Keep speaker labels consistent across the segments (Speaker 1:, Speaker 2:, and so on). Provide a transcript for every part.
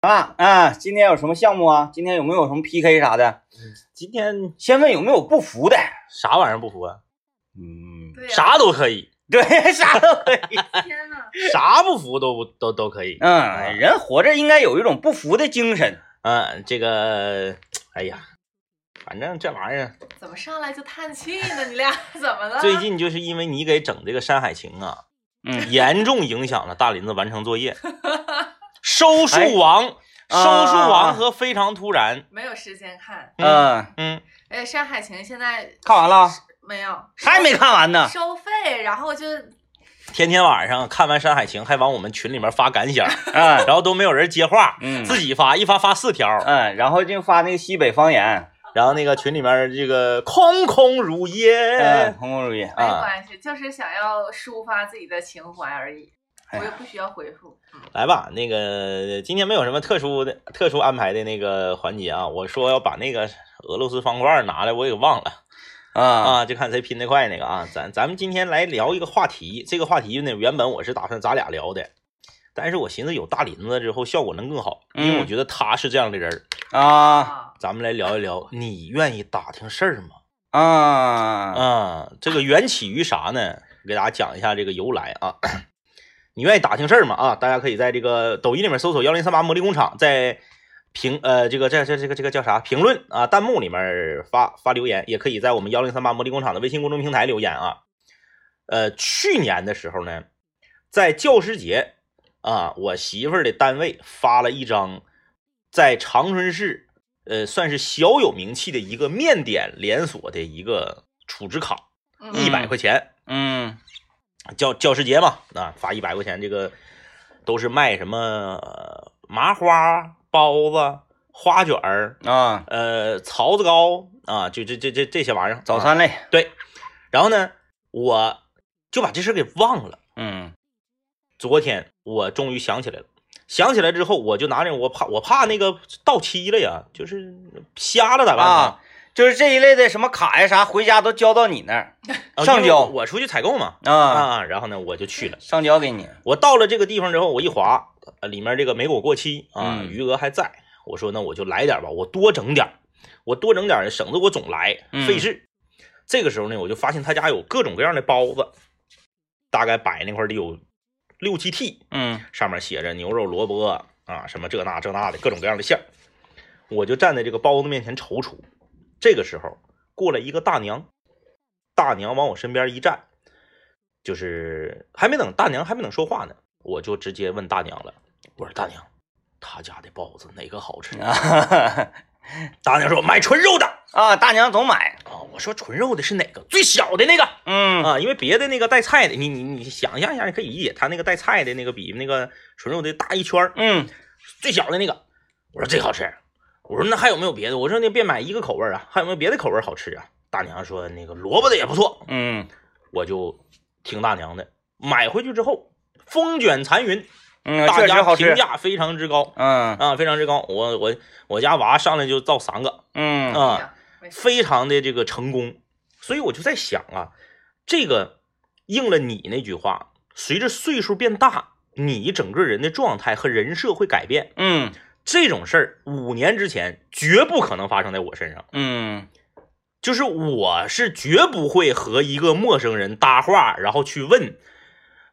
Speaker 1: 啊啊！今天有什么项目啊？今天有没有什么 PK 啥的？
Speaker 2: 今天
Speaker 1: 先问有没有不服的？
Speaker 2: 啥玩意儿不服啊？
Speaker 1: 嗯，
Speaker 3: 对啊呀、
Speaker 2: 啥都可以，
Speaker 1: 对， 啥都可以。
Speaker 3: 天哪，
Speaker 2: 啥不服都都都可以。哎
Speaker 1: 嗯，人活着应该有一种不服的精神。
Speaker 2: 嗯，这个，哎呀，反正这玩意儿
Speaker 3: 怎么上来就叹气呢？你俩 怎么了？
Speaker 2: 最近就是因为你给整这个《山海情》啊，
Speaker 1: 嗯，
Speaker 2: 严重影响了大林子完成作业。收束王，
Speaker 1: 哎
Speaker 2: 收束
Speaker 1: 啊
Speaker 2: 王和非常突然，
Speaker 3: 没有时间看，
Speaker 1: 嗯，
Speaker 2: 嗯，
Speaker 3: 而且《山海情》现在
Speaker 1: 看完了
Speaker 3: 没有
Speaker 1: 还没看完呢。
Speaker 3: 收费，然后就
Speaker 2: 天天晚上看完《山海情》，还往我们群里面发感想，
Speaker 1: 嗯
Speaker 2: 然后都没有人接话，
Speaker 1: 嗯
Speaker 2: 自己发，一发发四条，
Speaker 1: 嗯，然后就发那个西北方言，
Speaker 2: 然后那个群里面这个空空如
Speaker 1: 嗯，
Speaker 2: 也，
Speaker 1: 空空如也。
Speaker 3: 没
Speaker 2: 哎啊
Speaker 3: 哎关系，就是想要抒发自己的情怀而已。
Speaker 1: 哎
Speaker 3: 我
Speaker 1: 呀
Speaker 3: 也不需要回复，嗯
Speaker 2: 来吧，那个今天没有什么特殊的特殊安排的那个环节啊，我说要把那个俄罗斯方块拿来，我给忘了
Speaker 1: 啊
Speaker 2: 啊，就看谁拼得快那个啊。咱咱们今天来聊一个话题，这个话题呢，原本我是打算咱俩聊的，但是我寻思有大林子之后效果能更好，因为我
Speaker 1: 嗯
Speaker 2: 觉得他是这样的人儿。
Speaker 1: 啊
Speaker 3: 啊，
Speaker 2: 咱们来聊一聊，你愿意打听事儿吗？
Speaker 1: 啊！
Speaker 2: 啊，这个缘起于啥呢？给大家讲一下这个由来啊。 你愿意打听事儿吗？啊，大家可以在这个抖音里面搜索幺零三八魔力工厂，在评呃这个这这这个这个叫啥评论啊弹幕里面发发留言，也可以在我们幺零三八魔力工厂的微信公众平台留言啊。呃，去年的时候呢，在教师节啊，我媳妇儿的单位发了一张在长春市呃算是小有名气的一个面点连锁的一个储值卡，
Speaker 3: 嗯
Speaker 2: 一百块钱。
Speaker 1: 嗯
Speaker 2: 教教师节嘛，啊，罚一百块钱，这个都是卖什么、呃麻花、包子、花卷儿，
Speaker 1: 啊，
Speaker 2: 呃，槽子糕啊，就这这这这些玩意儿。
Speaker 1: 早
Speaker 2: 啊、
Speaker 1: 餐类，
Speaker 2: 对，然后呢，我就把这事儿给忘了。
Speaker 1: 嗯
Speaker 2: 昨天我终于想起来了，想起来之后，我就拿着我怕我怕那个到期了呀，就是瞎了咋办呢
Speaker 1: 啊？，就是这一类的什么卡呀啥，回家都交到你那儿
Speaker 2: 啊
Speaker 1: 上
Speaker 2: 因为
Speaker 1: 交
Speaker 2: 我我出去采购嘛，
Speaker 1: 啊，
Speaker 2: 啊，然后呢，我就去了。
Speaker 1: 上交给你。
Speaker 2: 我到了这个地方之后，我一划，呃里面这个没给我过期啊，
Speaker 1: 嗯
Speaker 2: 余额还在。我说那我就来点吧，我多整点儿，我多整点儿，省得我总来
Speaker 1: 嗯
Speaker 2: 费事。这个时候呢，我就发现他家有各种各样的包子，大概摆那块儿得有六七屉，
Speaker 1: 嗯
Speaker 2: 上面写着牛肉、萝卜啊，什么这那这那的各种各样的馅儿。我就站在这个包子面前踌躇。这个时候过来一个大娘，大娘往我身边一站，就是还没等大娘还没等说话呢，我就直接问大娘了，我说大娘，他家的包子哪个好吃？
Speaker 1: 啊
Speaker 2: 大娘说买纯肉的
Speaker 1: 啊，大娘总买。
Speaker 2: 啊。我说纯肉的是哪个？最小的那个。
Speaker 1: 嗯
Speaker 2: 啊，因为别的那个带菜的，你你你想象一下，你可以理解，他那个带菜的那个比那个纯肉的大一圈儿，
Speaker 1: 嗯
Speaker 2: 最小的那个，我说这好吃。我说那还有没有别的？我说那别买一个口味儿啊，还有没有别的口味儿好吃啊？大娘说那个萝卜的也不错，
Speaker 1: 嗯
Speaker 2: 我就听大娘的。买回去之后，风卷残云，
Speaker 1: 嗯，
Speaker 2: 大
Speaker 1: 确实
Speaker 2: 家
Speaker 1: 好
Speaker 2: 评
Speaker 1: 吃。
Speaker 2: 价非常之高
Speaker 1: 嗯
Speaker 2: 啊，非常之高。我我我家娃上来就造三个
Speaker 1: 嗯
Speaker 3: 没
Speaker 2: 啊，
Speaker 3: 事没事
Speaker 2: 非常的这个成功。所以我就在想啊，这个应了你那句话，随着岁数变大，你整个人的状态和人设会改变。
Speaker 1: 嗯
Speaker 2: 这种事儿五年之前绝不可能发生在我身上，
Speaker 1: 嗯
Speaker 2: 就是我是绝不会和一个陌生人搭话，然后去问，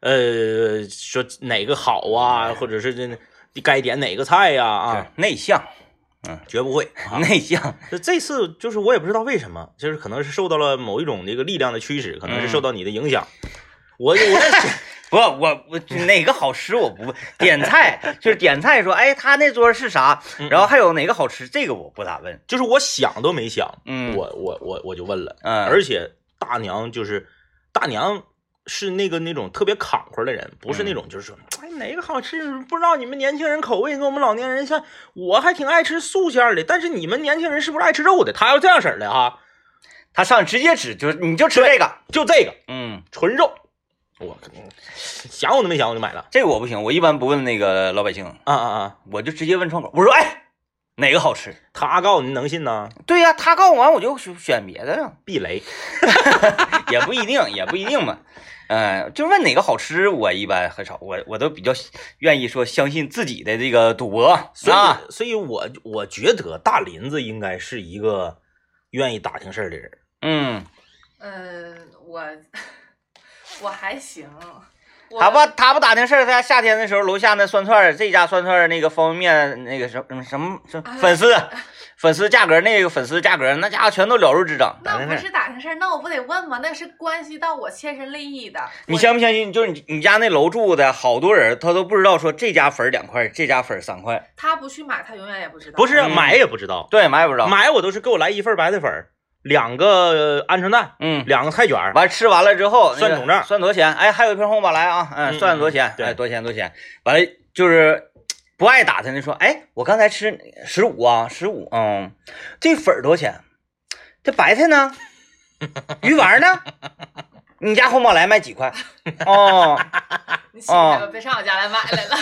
Speaker 2: 呃，说哪个好啊，或者是这该点哪个菜呀啊
Speaker 1: 啊，内向
Speaker 2: 绝不会。啊、
Speaker 1: 内向。
Speaker 2: 这这次就是我也不知道为什么，就是可能是受到了某一种这个力量的驱使，可能是受到你的影响。我我在想
Speaker 1: 不，我我哪个好吃我不问点菜，就是点菜说，哎，他那桌是啥，
Speaker 2: 嗯
Speaker 1: 然后还有哪个好吃，这个我不咋问。
Speaker 2: 就是我想都没想，
Speaker 1: 嗯，
Speaker 2: 我我我我就问了。
Speaker 1: 嗯，
Speaker 2: 而且大娘就是大娘是那个那种特别坎坷的人，不是
Speaker 1: 嗯
Speaker 2: 那种就是说，哎哪个好吃不知道你们年轻人口味跟我们老年人像，我还挺爱吃素馅儿的，但是你们年轻人是不是爱吃肉的？他要这样式儿的啊，
Speaker 1: 他上直接指就是你就吃这个，
Speaker 2: 就这个
Speaker 1: 嗯，
Speaker 2: 纯肉，我可能想我都没想我就买了，
Speaker 1: 这个我不行，我一般不问那个老百姓，
Speaker 2: 啊啊啊！
Speaker 1: 我就直接问窗口，我说哎哪个好吃？
Speaker 2: 他告诉你能信呢？
Speaker 1: 对呀、他告诉我完我就选选别的了，
Speaker 2: 避雷，
Speaker 1: 也不一定，也不一定嘛，嗯、就问哪个好吃，我一般很少，我我都比较愿意说相信自己的这个赌博
Speaker 2: 所以，
Speaker 1: 啊。
Speaker 2: 所以我我觉得大林子应该是一个愿意打听事儿的人。
Speaker 1: 嗯，
Speaker 3: 嗯，我我还行，我
Speaker 1: 他不他不打听事儿，他夏天的时候楼下那涮串儿，这家涮串儿那个方便面那个什么什么什么粉丝粉丝价格，那个粉丝价格，那家伙全都了如指掌。
Speaker 2: 打
Speaker 3: 那
Speaker 2: 听
Speaker 3: 不
Speaker 2: 事
Speaker 3: 是打听事儿，那我不得问吗？那是关系到我切身利益的。
Speaker 1: 你
Speaker 3: 我
Speaker 1: 相不相信？就是你你家那楼住的好多人，他都不知道说这家粉儿两块，这家粉儿三块，
Speaker 3: 他不去买，他永远也不知道。
Speaker 2: 不是啊
Speaker 1: 嗯
Speaker 2: 买也不知道，
Speaker 1: 对，买也不知道。
Speaker 2: 买我都是给我来一份白菜粉儿，两个呃鹌鹑蛋，
Speaker 1: 嗯，
Speaker 2: 两个菜卷儿。
Speaker 1: 完吃完了之后那个
Speaker 2: 算总账
Speaker 1: 算多少钱？哎，还有一瓶红宝来啊，
Speaker 2: 嗯
Speaker 1: 嗯，算多少钱
Speaker 2: 嗯？对
Speaker 1: 哎，多少钱多少钱？完了就是不爱打听的说，哎，我刚才吃十五啊，十五，嗯，这粉儿多少钱？这白菜 呢？鱼丸呢？你家红宝来卖几块？哦，
Speaker 3: 你起来
Speaker 2: 哦
Speaker 3: 吧，别上我家来买来了。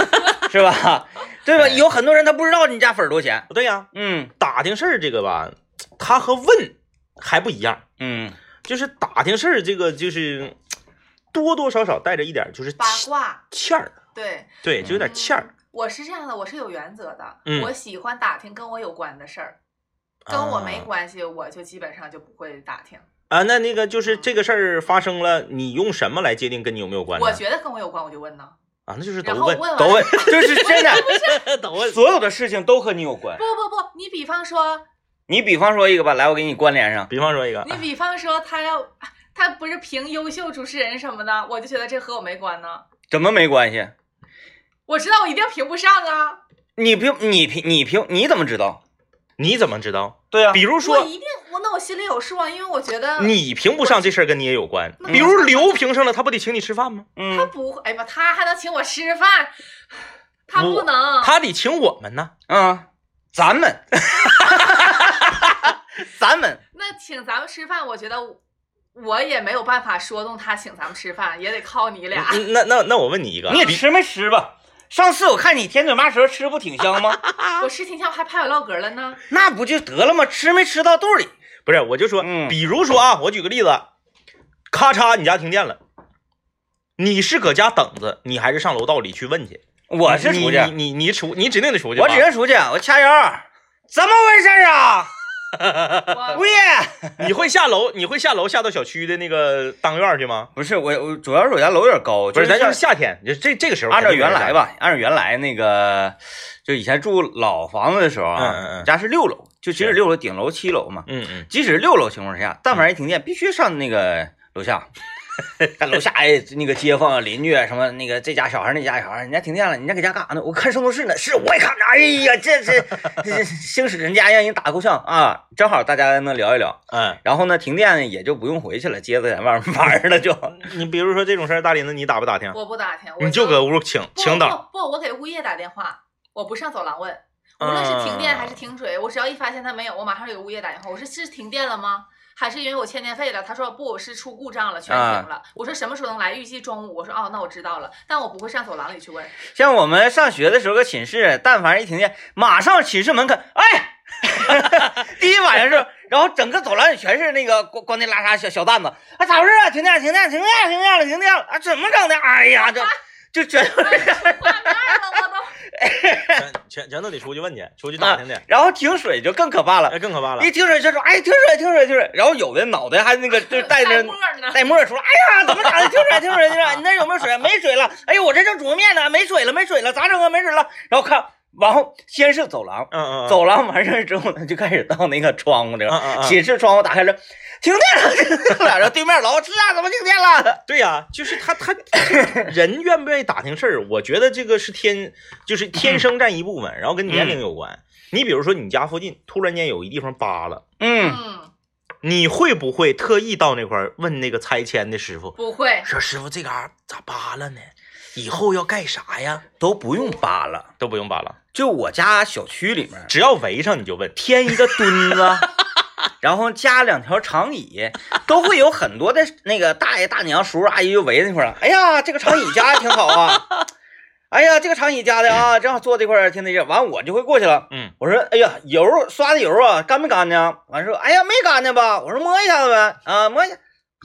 Speaker 1: 是吧？对吧？
Speaker 2: 哎
Speaker 1: 有很多人他不知道你家粉儿多少钱。
Speaker 2: 不对呀、
Speaker 1: 嗯
Speaker 2: 打听事儿这个吧，他和问还不一样，
Speaker 1: 嗯
Speaker 2: 就是打听事儿这个就是多多少少带着一点儿就是
Speaker 3: 八
Speaker 2: 欠
Speaker 3: 卦，嗯
Speaker 2: 欠儿，
Speaker 3: 对，
Speaker 2: 对，就有点欠儿。
Speaker 3: 我是这样的，我是有原则的，
Speaker 2: 嗯
Speaker 3: 我喜欢打听跟我有关的事儿，跟我没
Speaker 2: 啊
Speaker 3: 关系，我就基本上就不会打听。
Speaker 2: 啊，那那个就是这个事儿发生了，你用什么来界定跟你有没有关呢？
Speaker 3: 我觉得跟我有关，我就问呢。
Speaker 2: 啊，那就是都
Speaker 3: 然后
Speaker 2: 问，
Speaker 3: 问
Speaker 1: 都
Speaker 3: 完
Speaker 1: 问，就是真的，
Speaker 2: 都 问。
Speaker 1: 所有的事情都和你有关
Speaker 3: 不。不不，你比方说，
Speaker 1: 你比方说一个吧，来，我给你关联上。
Speaker 2: 比方说一个，啊
Speaker 3: 你比方说他要他不是评优秀主持人什么的，我就觉得这和我没关呢。
Speaker 1: 怎么没关系？
Speaker 3: 我知道我一定评不上啊，
Speaker 1: 你评你评你评你怎么知道？
Speaker 2: 你怎么知道？
Speaker 1: 对啊呀、
Speaker 2: 比如
Speaker 3: 我
Speaker 2: 说
Speaker 3: 一定我那我心里有数啊，因为我觉得
Speaker 2: 你评不上这事儿跟你也有关，
Speaker 3: 那
Speaker 2: 比如刘评上了，他不得请你吃饭吗？
Speaker 3: 他
Speaker 1: 嗯
Speaker 3: 不会，哎呀妈，他还能请我吃饭，他
Speaker 2: 我
Speaker 3: 不能，
Speaker 2: 他得请我们呢。
Speaker 1: 啊，咱们， 咱们，
Speaker 3: 那请咱们吃饭，我觉得我也没有办法说动他请咱们吃饭，也得靠你俩。
Speaker 2: 嗯那那那我问你一个，
Speaker 1: 你也吃没吃吧？上次我看你甜嘴麻舌吃不挺香吗？
Speaker 2: 嗯
Speaker 3: 我吃挺香，还拍我唠嗑了 呢。
Speaker 1: 那不就得了吗？吃没吃到肚里？
Speaker 2: 不是，我就说，
Speaker 1: 嗯
Speaker 2: 比如说啊，我举个例子，咔嚓，你家停电了，你是搁家等着，你还是上楼道里去问去？
Speaker 1: 我是出去，
Speaker 2: 你你你你出，你指定得出去吧。
Speaker 1: 我只是出去，我掐腰，怎么回事啊？物
Speaker 3: 我
Speaker 1: 业
Speaker 2: 你会下楼，你会下楼下到小区的那个当院儿去吗？
Speaker 1: 不是我，我主要是我家楼有点高，
Speaker 2: 不是，咱就
Speaker 1: 像
Speaker 2: 是夏天，就这这个时候
Speaker 1: 按照
Speaker 2: 肯定
Speaker 1: 原来
Speaker 2: 有点
Speaker 1: 吧，按照原来那个，就以前住老房子的时候啊，
Speaker 2: 嗯嗯嗯
Speaker 1: 家是六楼，就即使
Speaker 2: 是
Speaker 1: 六楼顶楼七楼嘛，
Speaker 2: 热，嗯
Speaker 1: 即使六楼情况下，但凡一停电，必须上那个楼下。 看楼下哎，那个街坊邻居啊什么那个这家小孩那家小孩，人家停电了，你家搁家干啥呢？我看圣斗士呢，是我也看呢。哎呀，这这这兴使人家让人打够呛啊！正好大家能聊一聊，
Speaker 2: 嗯
Speaker 1: 然后呢，停电呢也就不用回去了，接着在外面玩了就。
Speaker 2: 嗯，你比如说这种事儿，大林子你打不打听？
Speaker 3: 我不打听，我
Speaker 2: 你就搁屋请
Speaker 3: 不
Speaker 2: 请啊等，
Speaker 3: 不不，我给物业打电话，我不上走廊问。无论是停电还是停水，我只要一发现他没有，我马上就给物业打电话。我说是停电了吗？还是因为我欠电费了？他说不是出故障了，全
Speaker 2: 啊
Speaker 3: 停了。我说什么时候能来？预计中午。我说哦，那我知道了，但我不会上走廊 里去问。
Speaker 1: 像我们上学的时候，搁寝室，但凡一停电，马上寝室门口，哎， 第一晚上是，然后整个走廊里全是那个光光那拉碴小小蛋子，啊，咋回事啊？停电了，停电了，停电了，停电了，停电了，啊，怎么整的？哎呀，这就全都是。
Speaker 3: 画面了，我都。
Speaker 2: 全全全都得出去问去，出去打听去，
Speaker 1: 然后停水就更可怕了，
Speaker 2: 哎，更可怕了
Speaker 1: 一。停水就说，哎，停水，停水，停水，然后有的脑袋还那个就是带 着
Speaker 3: 沫儿呢。
Speaker 1: 带沫儿出来，哎呀，怎么整的？停水，停水，停水！你那有没有水？没水了。哎呦，我这正煮面呢，没水了，没水了，咋整啊？没水了。然后看，然后先是走廊，
Speaker 2: 嗯嗯，嗯，
Speaker 1: 走廊完事儿之后呢，就开始到那个窗户这
Speaker 2: 嗯
Speaker 1: 个
Speaker 2: 嗯嗯，
Speaker 1: 寝室窗户打开了，停电了，停电了。然 后对面老是啊，怎么停电了？
Speaker 2: 对呀、就是他他人愿不愿意打听事儿，我觉得这个是天，就是天生占一部分，然后跟年龄有关。你比如说，你家附近突然间有一地方扒了，
Speaker 1: 嗯，
Speaker 3: 嗯，
Speaker 2: 你会不会特意到那块儿问那个拆迁的师傅，
Speaker 3: 不会。
Speaker 2: 说师傅这嘎、儿咋扒了呢？以后要盖啥呀？
Speaker 1: 都不用扒了，
Speaker 2: 都不用扒了，
Speaker 1: 就我家小区里面
Speaker 2: 只要围上你就问。
Speaker 1: 添一个墩 子，然后加两条长椅，都会有很多的那个大爷大娘、叔叔阿姨就围那块儿了。哎呀，这个长椅加的挺好啊。哎呀，这个长椅加的啊，正好坐这块儿听那劲儿。完，我就会过去了。
Speaker 2: 嗯，
Speaker 1: 我说，哎呀，油刷的油啊，干没干呢？完说，哎呀，没干呢吧？我说摸一下子呗，啊，摸一下。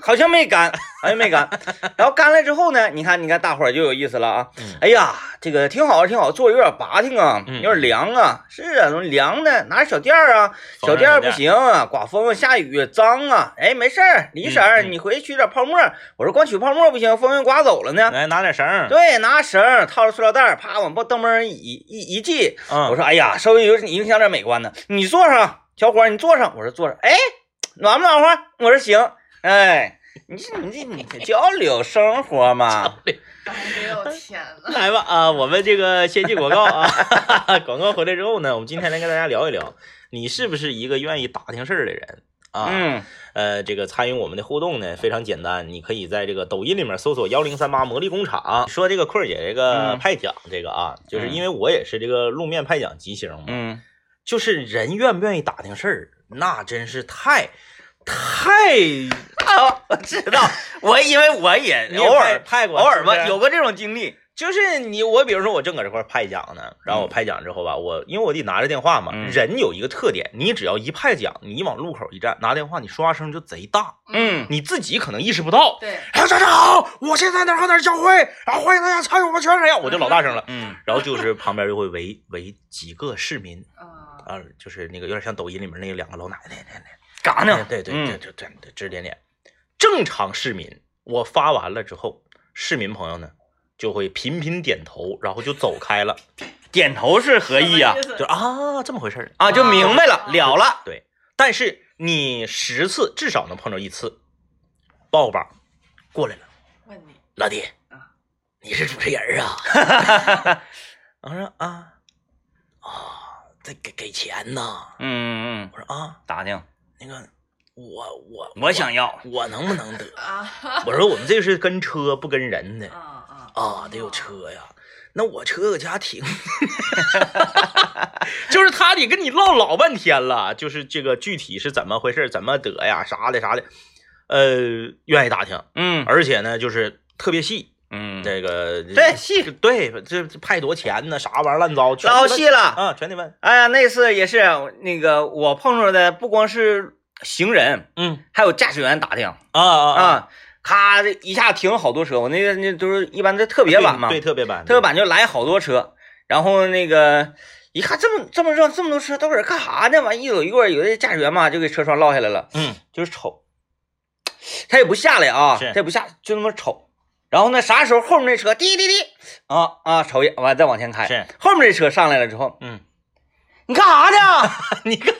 Speaker 1: 好像没干，好像没干。然后干了之后呢，你看，你看，大伙儿就有意思了啊！
Speaker 2: 嗯
Speaker 1: 哎呀，这个挺好，挺好，坐着有点拔挺啊，
Speaker 2: 嗯
Speaker 1: 有点凉啊。是啊，凉呢，拿着小垫儿啊，
Speaker 2: 风
Speaker 1: 小
Speaker 2: 扇
Speaker 1: 垫儿
Speaker 2: 小
Speaker 1: 不
Speaker 2: 垫儿
Speaker 1: 行啊，刮风下雨脏啊。哎，没事儿，李婶儿，
Speaker 2: 嗯嗯
Speaker 1: 你回去取点泡沫。我说光取泡沫不行，风给刮走了呢。
Speaker 2: 来拿点绳儿，
Speaker 1: 对，拿绳儿套着塑料袋儿，啪往不蹬门一一一系。
Speaker 2: 嗯，
Speaker 1: 我说，哎呀，稍微有点影响点美观呢。你坐上，小伙儿，你坐上。我说坐上。哎，暖不暖和？我说行。哎，你这你这你这交流生活 嘛，
Speaker 3: 哎呦
Speaker 1: 嗯
Speaker 3: 天呐，
Speaker 2: 来吧啊，我们这个先进广告啊， 广告回来之后呢，我们今天来跟大家聊一聊，你是不是一个愿意打听事儿的人啊？
Speaker 1: 嗯，
Speaker 2: 呃，这个参与我们的互动呢非常简单，你可以在这个抖音里面搜索幺零三八魔力工厂，说这个坤儿姐这个
Speaker 1: 嗯
Speaker 2: 派奖这个啊，就是
Speaker 1: 嗯
Speaker 2: 因为我也是这个路面派奖吉星嘛，
Speaker 1: 嗯，
Speaker 2: 就是人愿不愿意打听事儿，那真是太太
Speaker 1: 啊，我知道，我因为我也
Speaker 2: 你也
Speaker 1: 偶
Speaker 2: 派
Speaker 1: 尔
Speaker 2: 派过
Speaker 1: 偶尔
Speaker 2: 是不是
Speaker 1: 吧，有过这种经历，
Speaker 2: 就是你，我比如说我正搁这块派奖呢，然后我派奖之后吧，我因为我得拿着电话嘛，
Speaker 1: 嗯
Speaker 2: 人有一个特点，你只要一派奖，你往路口一站，拿电话你说话声就贼大，
Speaker 1: 嗯，
Speaker 2: 你自己可能意识不到。
Speaker 3: 对，
Speaker 2: 啊，大家好，我现在哪儿和哪儿交汇，然后欢迎大家参与我们圈啥呀，啊我就老大声了。
Speaker 1: 嗯
Speaker 2: 然后就是旁边就会围围几个市民
Speaker 3: 嗯，
Speaker 2: 啊，就是那个有点像抖音里面那两个老奶奶，那
Speaker 1: 嘎
Speaker 2: 那
Speaker 1: 呢，
Speaker 2: 那哎对对
Speaker 1: 嗯
Speaker 2: 对，对对对，指点点。正常市民，我发完了之后，市民朋友呢就会频频点头，然后就走开了。
Speaker 1: 点头是合一呀
Speaker 3: 什么，意思
Speaker 2: 就啊，这么回事儿。
Speaker 1: 啊，就明白了，
Speaker 3: 啊
Speaker 1: 了了，
Speaker 2: 对，但是你十次至少能碰着一次，抱抱过来了，
Speaker 3: 问你，
Speaker 2: 老弟
Speaker 3: 啊，
Speaker 2: 你是主持人儿啊？ 我说啊啊，这给给钱呐？
Speaker 1: 嗯嗯嗯，
Speaker 2: 我说啊，
Speaker 1: 打听，
Speaker 2: 那个我我
Speaker 1: 我想要，
Speaker 2: 我能不能得？
Speaker 3: 啊
Speaker 2: 我说我们这是跟车不跟人的
Speaker 3: 啊啊
Speaker 2: 啊，得有，车呀。那我车搁家停， 就是他得跟你唠老半天了，就是这个具体是怎么回事，怎么得呀，啥的啥的，呃，愿意打听，
Speaker 1: 嗯
Speaker 2: 而且呢，就是特别细，
Speaker 1: 嗯，
Speaker 2: 这个
Speaker 1: 对细
Speaker 2: 对，这这派多钱呢，啥玩意儿乱糟，全
Speaker 1: 老
Speaker 2: 得问
Speaker 1: 细了，
Speaker 2: 啊，全得问，
Speaker 1: 哎呀，那次也是那个我碰着的，不光是行人，
Speaker 2: 嗯
Speaker 1: 还有驾驶员打听
Speaker 2: 啊啊，
Speaker 1: 啊，咔这一下停了好多车，我那个那都是一般的特别版嘛，
Speaker 2: 啊对，特别版，
Speaker 1: 特别版就来好多车，然后那个一看这么这么热这么多车都搁这干啥呢？完一走一过，有的驾驶员嘛就给车窗落下来了，
Speaker 2: 对，嗯，
Speaker 1: 就是瞅，他也不下来啊，
Speaker 2: 是
Speaker 1: 他也不下，就那么瞅。然后呢，啥时候后面那车滴滴滴啊啊瞅一眼，完再往前开，
Speaker 2: 是，
Speaker 1: 后面这车上来了之后，
Speaker 2: 嗯，
Speaker 1: 你干啥呢？
Speaker 2: 你看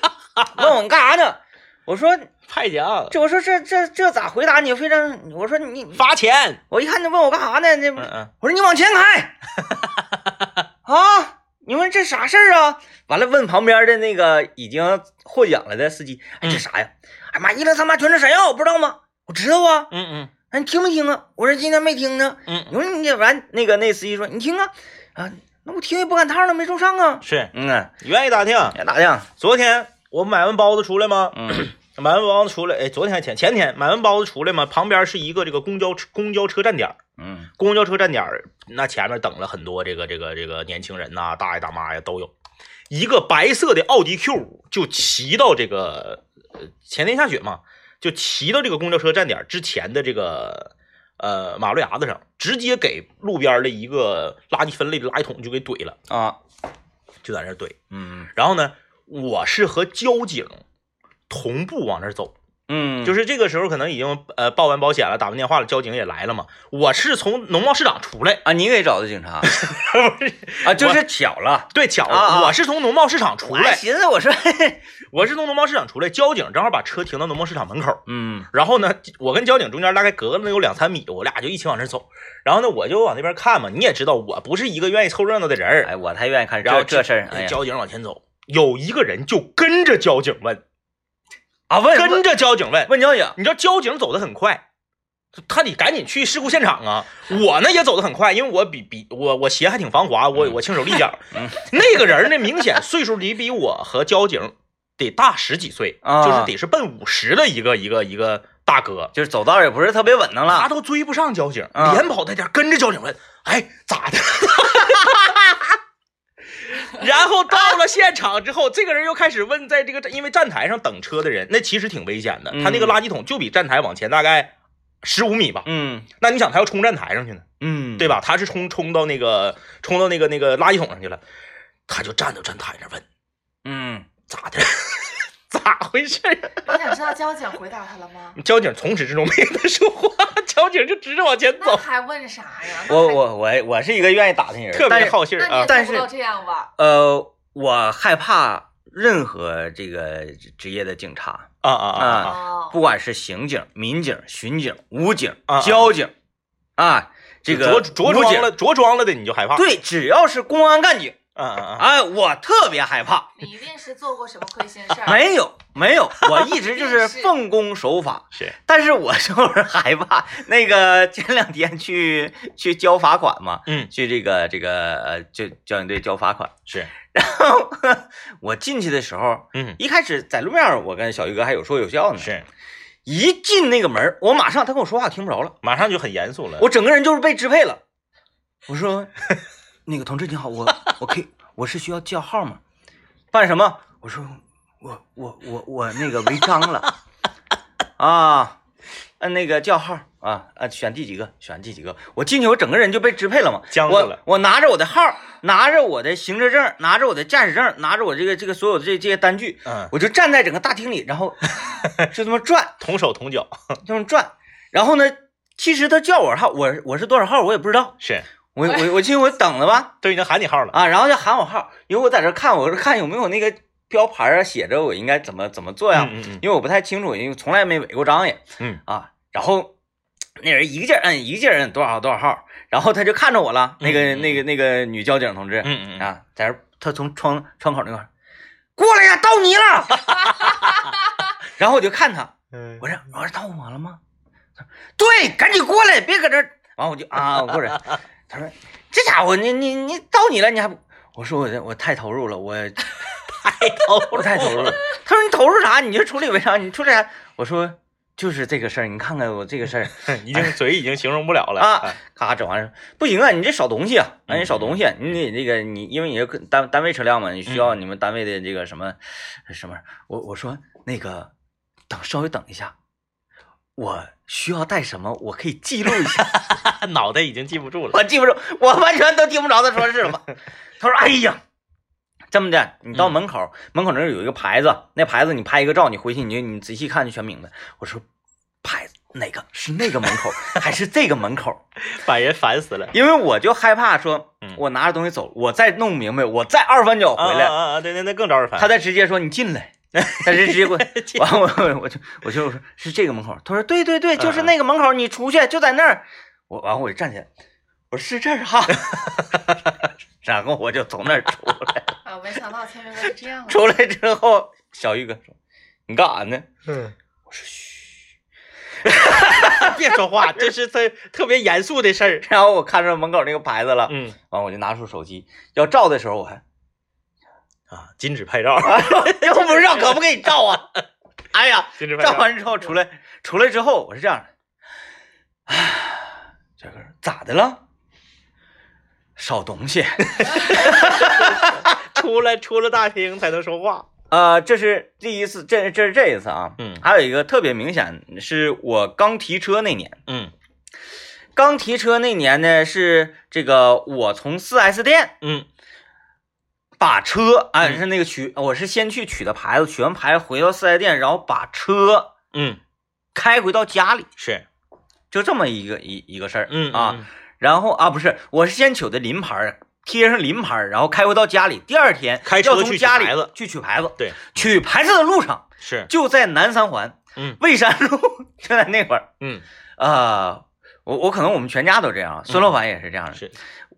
Speaker 1: 问我你干啥呢？我说
Speaker 2: 派奖
Speaker 1: 这我说这这这咋回答你？非常我说你
Speaker 2: 发钱，
Speaker 1: 我一看你问我干啥呢？那
Speaker 2: 嗯嗯，
Speaker 1: 我说你往前开啊！你问这啥事儿啊？完了问旁边的那个已经获奖了的司机，哎这
Speaker 2: 嗯
Speaker 1: 啥呀？哎妈一零三八全程闪耀，不知道吗？我知道啊。
Speaker 2: 嗯嗯
Speaker 1: 哎你听没听啊？我说今天没听呢。
Speaker 2: 嗯嗯，
Speaker 1: 我说你这完那个那司机说你听啊啊，那我听也不赶趟了，没中上啊。
Speaker 2: 是
Speaker 1: 嗯啊，
Speaker 2: 愿意打听。
Speaker 1: 别打听。
Speaker 2: 昨天我买完包子出来吗？
Speaker 1: 嗯
Speaker 2: 买完包子出来，哎，昨天还前前天买完包子出来嘛，旁边是一个这个公交车公交车站点儿，
Speaker 1: 嗯
Speaker 2: 公交车站点儿那前面等了很多这个这个这个年轻人呐、大爷大妈呀都有。一个白色的奥迪 Q 就骑到这个呃前天下雪嘛，就骑到这个公交车站点儿之前的这个呃马路牙子上，直接给路边儿的一个垃圾分类的垃圾桶就给怼了，
Speaker 1: 啊
Speaker 2: 就在那儿怼。
Speaker 1: 嗯
Speaker 2: 然后呢，我是和交警同步往那儿走，
Speaker 1: 嗯，
Speaker 2: 就是是这个时候可能已经呃报完保险了，打完电话了，交警也来了嘛。我是从农贸市场出来，
Speaker 1: 啊，你给找的警察
Speaker 2: 不是
Speaker 1: 啊，就是巧了。
Speaker 2: 对，巧了，
Speaker 1: 啊啊
Speaker 2: 我是从农贸市场出
Speaker 1: 我还
Speaker 2: 来，
Speaker 1: 寻思 我说，
Speaker 2: 我是从农贸市场出来，交警正好把车停到农贸市场门口。
Speaker 1: 嗯
Speaker 2: 然后呢，我跟交警中间大概隔了能有两三米，我俩就一起往那儿走。然后呢，我就往那边看嘛。你也知道，我不是一个愿意凑热闹的人儿。
Speaker 1: 哎，我才愿意看
Speaker 2: 然后
Speaker 1: 这这事儿。哎呀，
Speaker 2: 交警往前走，有一个人就跟着交警问，
Speaker 1: 啊，问
Speaker 2: 跟着交警问，
Speaker 1: 问交警，
Speaker 2: 你知道交警走得很快，他得赶紧去事故现场啊。我呢也走得很快，因为我比比我我鞋还挺防滑，我我轻手利脚。
Speaker 1: 嗯
Speaker 2: 那个人呢，明显岁数得比我和交警得大十几岁，
Speaker 1: 啊
Speaker 2: 就是得是奔五十的一个一个一个大哥。
Speaker 1: 就是走道也不是特别稳当
Speaker 2: 他
Speaker 1: 了。
Speaker 2: 都追不上交警，
Speaker 1: 啊
Speaker 2: 连跑带颠跟着交警问：“哎，咋的？” 然后到了现场之后，这个人又开始问，在这个因为站台上等车的人，那其实挺危险的。
Speaker 1: 嗯
Speaker 2: 他那个垃圾桶就比站台往前大概十五米吧。
Speaker 1: 嗯
Speaker 2: 那你想，他要冲站台上去呢，
Speaker 1: 嗯，
Speaker 2: 对吧？他是冲冲到那个冲到那个那个垃圾桶上去了，他就站到站台上问
Speaker 1: 嗯，
Speaker 2: 咋的， 咋回事儿？
Speaker 3: 我想知道交警回答他了 吗？
Speaker 2: 交警从始至终没跟他说话，交警就直着往前
Speaker 3: 那
Speaker 2: 走，
Speaker 3: 还问啥呀？那
Speaker 1: 我
Speaker 3: 还
Speaker 1: 我我我是一个愿意打听人，
Speaker 2: 特
Speaker 1: 但
Speaker 2: 别
Speaker 1: 是
Speaker 2: 好信儿
Speaker 3: 那你也
Speaker 2: 啊。
Speaker 1: 但
Speaker 3: 做不
Speaker 1: 是
Speaker 3: 到这样吧？
Speaker 1: 呃，我害怕任何这个职业的警察，
Speaker 2: 啊啊啊啊！啊
Speaker 3: 哦，
Speaker 1: 不管是刑警、民警、巡警、武警
Speaker 2: 啊啊、
Speaker 1: 交警，啊，这个
Speaker 2: 着着
Speaker 1: 武
Speaker 2: 装
Speaker 1: 警
Speaker 2: 了，着装了的你就害怕。
Speaker 1: 对，只要是公安干警，
Speaker 2: 嗯嗯嗯，
Speaker 1: 哎，我特别害怕。
Speaker 3: 你一定是做过什么亏心事儿？
Speaker 1: 没有，没有，我一直就是
Speaker 3: 也是
Speaker 1: 奉公守法，
Speaker 2: 是
Speaker 1: 但是我就是害怕那个前两天去 去交罚款嘛，
Speaker 2: 嗯
Speaker 1: 去这个这个呃，就交警队交罚款，
Speaker 2: 是
Speaker 1: 我进去的时候，
Speaker 2: 嗯
Speaker 1: 一开始在路面儿我跟小鱼哥还有说有笑呢，
Speaker 2: 是，
Speaker 1: 一进那个门儿，我马上他跟我说话听不着了，
Speaker 2: 马上就很严肃了。
Speaker 1: 我整个人就是被支配了。我说，那个同志你好，我我可以，我是需要叫号吗？办什么？我说我我我我那个违章了啊，嗯，那个叫号啊啊，选第几个？选第几个？我进去，我整个人就被支配了嘛，
Speaker 2: 僵住了
Speaker 1: 我我拿着我的号，拿着我的行车证，拿着我的驾驶证，拿着我这个这个所有的这这些单据，
Speaker 2: 嗯，
Speaker 1: 我就站在整个大厅里，然后 就这么转。
Speaker 2: 同手同脚
Speaker 1: 这么转。然后呢，其实他叫我号，我我是多少号我也不知道，
Speaker 2: 是
Speaker 1: 我我我寻思我等着吧，
Speaker 2: 都已经喊你号了。
Speaker 1: 啊，然后就喊我号，因为我在这看，我是看有没有那个标牌啊，写着我应该怎么怎么做呀，
Speaker 2: 嗯嗯嗯
Speaker 1: 因为我不太清楚，因为从来没违过章也，
Speaker 2: 嗯
Speaker 1: 啊，然后那人一个劲儿嗯摁，一个劲儿摁多少号多少号，然后他就看着我了，那个
Speaker 2: 嗯嗯嗯
Speaker 1: 那个那个女交警同志，
Speaker 2: 嗯嗯嗯，
Speaker 1: 啊，在这儿他从窗窗口那块儿过来呀，到你了， 然后我就看他。
Speaker 2: 嗯
Speaker 1: 我说我说到我了吗？他说对，赶紧过来，别搁这儿。完我就啊，我过 来。他说这家伙，你你你到你了，你还不？我说我这我太投入了，我 太投入，我太投入了。他说你投入啥？你就处理为啥？你处理啥？我说就是这个事儿，你看看我这个事儿
Speaker 2: 已经嘴已经形容不了了
Speaker 1: 哎啊，咔整完事儿不行啊，你这少东西啊，哎，
Speaker 2: 嗯
Speaker 1: 你少东西啊、你得那个你，因为你是单单位车辆嘛，你需要你们单位的这个什么、什么。我我说那个等稍微等一下，我需要带什么，我可以记录一下。
Speaker 2: 啊，脑袋已经记不住了。
Speaker 1: 我记不住，我完全都听不着他说是什么。嗯他说：“哎呀，这么的，你到门口，门口那儿有一个牌子，那牌子你拍一个照，你回去你就你仔细看就全明白。”我说：“牌子哪个是那个门口还是这个门口？”
Speaker 2: 把人烦死了。啊
Speaker 1: 因为我就害怕说
Speaker 2: 嗯，
Speaker 1: 我拿着东西走，我再弄不明白，我再二翻脚回
Speaker 2: 啊
Speaker 1: 来，
Speaker 2: 啊啊！对对，那更招人烦。
Speaker 1: 他再直接说你进 来，他是直接过来，完我我我就我就说是这个门口，他说对对对，就是那个门口，你出去就在那儿，我完我就站起来，我说是这儿 哈，然后我就从那儿出来，
Speaker 3: 啊，没想到天明哥是这样的。
Speaker 1: 出来之后，小玉哥说你干啥呢？
Speaker 2: 嗯，
Speaker 1: 我说嘘，
Speaker 2: 别说话，这是特特别严肃的事儿。
Speaker 1: 然后我看着门口那个牌子了，
Speaker 2: 嗯
Speaker 1: 完我就拿出手机要照的时候，我还。
Speaker 2: 啊，禁止拍照，
Speaker 1: 又不知道可不可以照啊。哎呀，
Speaker 2: 禁止拍
Speaker 1: 照
Speaker 2: 照。
Speaker 1: 完之后出来，出来之后我是这样的，唉，这个人咋的了？少东西。
Speaker 2: 出来出了大厅才能说话。
Speaker 1: 呃，这是第一次，这这是这一次啊。
Speaker 2: 嗯
Speaker 1: 还有一个特别明显，是我刚提车那年。
Speaker 2: 嗯
Speaker 1: 刚提车那年呢，是这个我从 4S 店
Speaker 2: 嗯
Speaker 1: 把车，哎、
Speaker 2: 嗯
Speaker 1: 是那个取，我是先去取的牌子，取完牌回到 4S 店，然后把车
Speaker 2: 嗯，
Speaker 1: 开回到家里，
Speaker 2: 是
Speaker 1: 就这么一个一一个事儿。
Speaker 2: 嗯
Speaker 1: 啊，，然后啊，不是，我是先取的临牌儿，贴上临牌儿，然后开回到家里。第二天
Speaker 2: 开车
Speaker 1: 要从
Speaker 2: 去取
Speaker 1: 家里
Speaker 2: 牌子
Speaker 1: 去取牌子，
Speaker 2: 对，
Speaker 1: 取牌子的路上
Speaker 2: 是
Speaker 1: 就在南三环，
Speaker 2: 嗯
Speaker 1: 蔚山路就在那块儿
Speaker 2: 嗯
Speaker 1: 啊、我我可能我们全家都这样，啊孙老板也是这样的。
Speaker 2: 是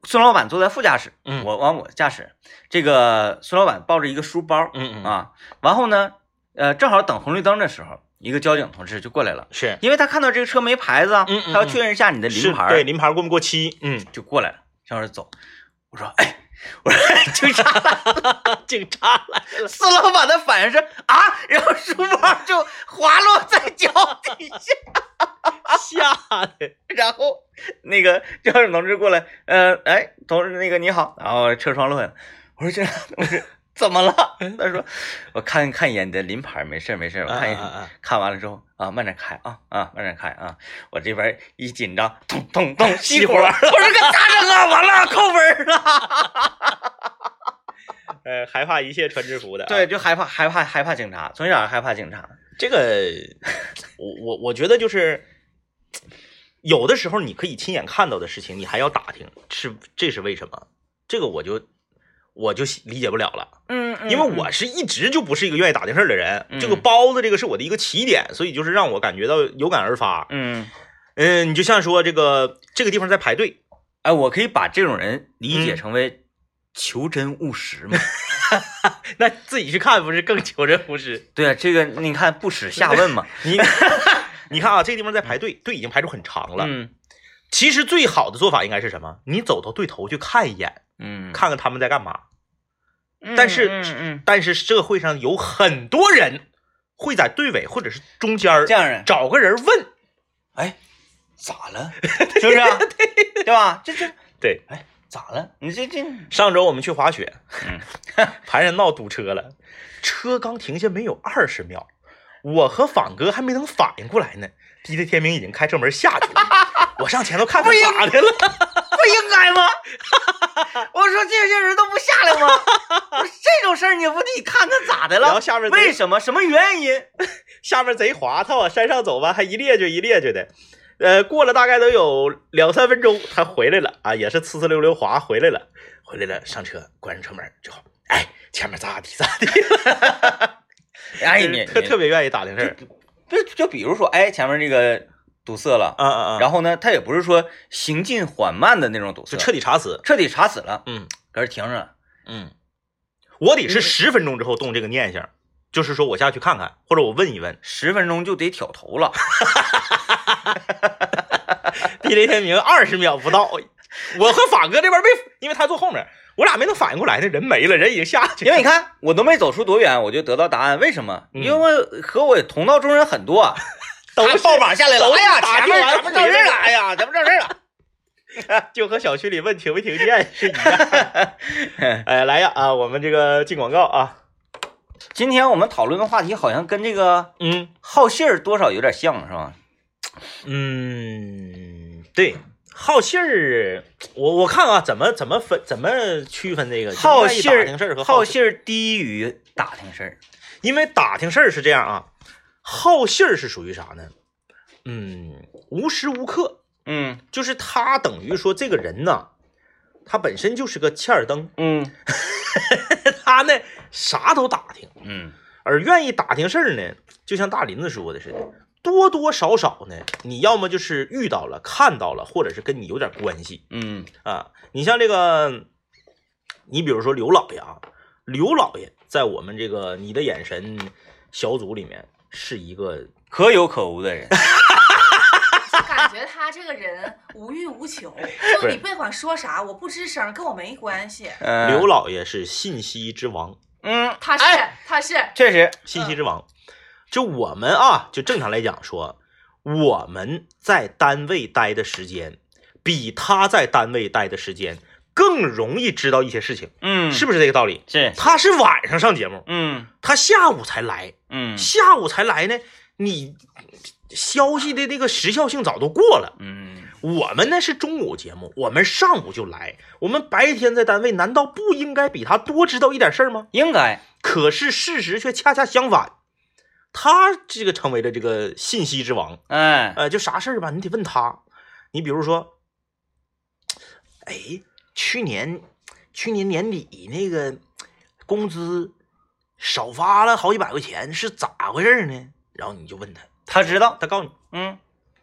Speaker 1: 孙老板坐在副驾驶，
Speaker 2: 嗯
Speaker 1: 我往我驾驶。这个孙老板抱着一个书包、
Speaker 2: 嗯嗯
Speaker 1: 啊，然后呢，呃，正好等红绿灯的时候，一个交警同志就过来了，
Speaker 2: 是
Speaker 1: 因为他看到这个车没牌子啊，
Speaker 2: 嗯嗯
Speaker 1: 他要
Speaker 2: 嗯
Speaker 1: 确认一下你的
Speaker 2: 是
Speaker 1: 临牌儿，
Speaker 2: 对临牌过没过期？嗯，
Speaker 1: 就过来了，向这走。我说，哎，我说警察来了。
Speaker 2: 警察来了，
Speaker 1: 孙老板的反应是啊，然后书包就滑落在脚底下，
Speaker 2: 吓的。
Speaker 1: 然后那个交警同志过来，呃，哎，同志那个你好，然后车窗落下来，我说这，我说怎么了？他说我看看一眼你的临牌，没事儿没事儿，我看一眼。
Speaker 2: 啊啊啊
Speaker 1: 看完了之后啊，慢点开啊啊，慢点开啊！我这边一紧张，咚咚咚，熄火！
Speaker 2: 熄 火
Speaker 1: 我说可咋整啊？完了，扣分了。
Speaker 2: 呃，害怕一切穿制服的、啊。
Speaker 1: 对，，就害怕害怕害怕警察，从小害怕警察。
Speaker 2: 这 个我我我觉得就是有的时候你可以亲眼看到的事情，你还要打听，是这是为什么？这个我就我就理解不了了，
Speaker 1: 嗯
Speaker 2: 因为我是一直就不是一个愿意打听事儿的人。
Speaker 1: 嗯
Speaker 2: 这个包子这个是我的一个起点，所以就是让我感觉到有感而发。
Speaker 1: 嗯，
Speaker 2: 嗯，你就像说这个这个地方在排队，
Speaker 1: 哎，我可以把这种人理解
Speaker 2: 嗯
Speaker 1: 成为求真务实嘛？
Speaker 2: 那自己去看不是更求人不是？
Speaker 1: 对啊，这个你看不耻下问嘛？
Speaker 2: 你你看啊，这个地方在排队，队已经排出很长了。
Speaker 1: 嗯
Speaker 2: 其实最好的做法应该是什么？你走到对头去看一眼，
Speaker 1: 嗯，
Speaker 2: 看看他们在干嘛。
Speaker 1: 嗯，
Speaker 2: 但是
Speaker 1: 嗯嗯，
Speaker 2: 但是社会上有很多人会在队尾或者是中间儿
Speaker 1: 这样人
Speaker 2: 找个人问，
Speaker 1: 哎，咋了？是不是啊？对吧？这这
Speaker 2: 对，
Speaker 1: 哎咋了？你这这
Speaker 2: 上周我们去滑雪，
Speaker 1: 嗯，
Speaker 2: 盘山道堵车了，车刚停下没有二十秒，我和仿哥还没等反应过来呢，滴的天明已经开车门下去了，我上前头 看他咋的了，
Speaker 1: 不应该吗？ 我说这些人都不下来吗？ 我说这种事儿你不得看他咋的
Speaker 2: 然
Speaker 1: 了
Speaker 2: 后？下面
Speaker 1: 为什么？什么原因？
Speaker 2: 下面贼滑，他往山上走吧，还一趔趄一趔趄的。呃，过了大概都有两三分钟，他回来了啊，也是呲呲溜溜滑回来了，回来了，上车，关上车门之后，哎，前面咋地咋地，
Speaker 1: 哎，你
Speaker 2: 特特
Speaker 1: 别
Speaker 2: 别愿意打听事儿，
Speaker 1: 就就比如说，哎，前面这个堵塞了，
Speaker 2: 啊啊啊，后
Speaker 1: 然后呢，他也不是说行进缓慢的那种堵塞，
Speaker 2: 就彻底查死，
Speaker 1: 彻底查死了，
Speaker 2: 嗯
Speaker 1: 搁这停着了。
Speaker 2: 嗯，我得是十分钟之后动这个念想，就是说我下去看看，或者我问 一问。
Speaker 1: 十分钟就得挑头 了，
Speaker 2: 地雷天明二十秒不到，我和法哥这边被，因为他坐后面，我俩没能反应过来，那人没了，人已经下去
Speaker 1: 因为
Speaker 2: 了，
Speaker 1: 你看我都没走出多远，我就得到答案，为什么？
Speaker 2: 嗯
Speaker 1: 因为和我同道中人很 多，啊
Speaker 2: 都
Speaker 1: 他
Speaker 2: 是
Speaker 1: 报榜下来了，
Speaker 2: 都是
Speaker 1: 哎呀，
Speaker 2: 打
Speaker 1: 前
Speaker 2: 听
Speaker 1: 面
Speaker 2: 完
Speaker 1: 咱们到
Speaker 2: 回
Speaker 1: 这
Speaker 2: 来
Speaker 1: 儿了，
Speaker 2: 的
Speaker 1: 哎呀，咱们到这儿了，
Speaker 2: 就和小区里问停没停电是一样。哎，来呀啊，我们这个进广告啊，
Speaker 1: 今天我们讨论的话题好像跟这个
Speaker 2: 嗯
Speaker 1: 好信儿多少有点像，是吧？
Speaker 2: 嗯，对，好信儿，我我看啊，怎么怎么分怎么区分这个
Speaker 1: 好
Speaker 2: 愿意
Speaker 1: 信
Speaker 2: 打听事儿
Speaker 1: 儿，
Speaker 2: 和
Speaker 1: 好
Speaker 2: 好，
Speaker 1: 信儿低于打听事儿。
Speaker 2: 因为打听事儿是这样啊，好信儿是属于啥呢？嗯，无时无刻，
Speaker 1: 嗯
Speaker 2: 就是他等于说这个人呢，他本身就是个欠儿灯，
Speaker 1: 嗯
Speaker 2: 他呢啥都打听。
Speaker 1: 嗯
Speaker 2: 而愿意打听事儿呢，就像大林子说的似的，多多少少呢，你要么就是遇到了、看到了，或者是跟你有点关系
Speaker 1: 嗯
Speaker 2: 啊。你像这个，你比如说刘老爷啊，刘老爷在我们这个你的眼神小组里面是一个，
Speaker 1: 可有可无的 人。
Speaker 3: 就感觉他这个人无欲 无求，就你别管说啥，我不吱声，跟我没关系。
Speaker 1: 嗯
Speaker 2: 刘老爷是信息之王，
Speaker 1: 嗯，
Speaker 3: 他是、
Speaker 1: 哎
Speaker 3: 他是
Speaker 1: 确实，
Speaker 2: 信息之王。就我们啊，就正常来讲说，我们在单位待的时间，比他在单位待的时间更容易知道一些事情，
Speaker 1: 嗯
Speaker 2: 是不是这个道理？
Speaker 1: 是，
Speaker 2: 他是晚上上节目，
Speaker 1: 嗯
Speaker 2: 他下午才来，
Speaker 1: 嗯
Speaker 2: 下午才来呢，你消息的那个时效性早都过了。
Speaker 1: 嗯，
Speaker 2: 我们那是中午节目，我们上午就来，我们白天在单位，难道不应该比他多知道一点事儿吗？
Speaker 1: 应该
Speaker 2: 可是事实却恰恰相反，他这个成为了这个信息之王。
Speaker 1: 哎
Speaker 2: 呃，就啥事儿吧，你得问他。你比如说，哎，去年去年年底那个工资少发了好几百块钱，是咋回事儿呢？然后你就问他，
Speaker 1: 他知道，
Speaker 2: 他告诉你，
Speaker 1: 嗯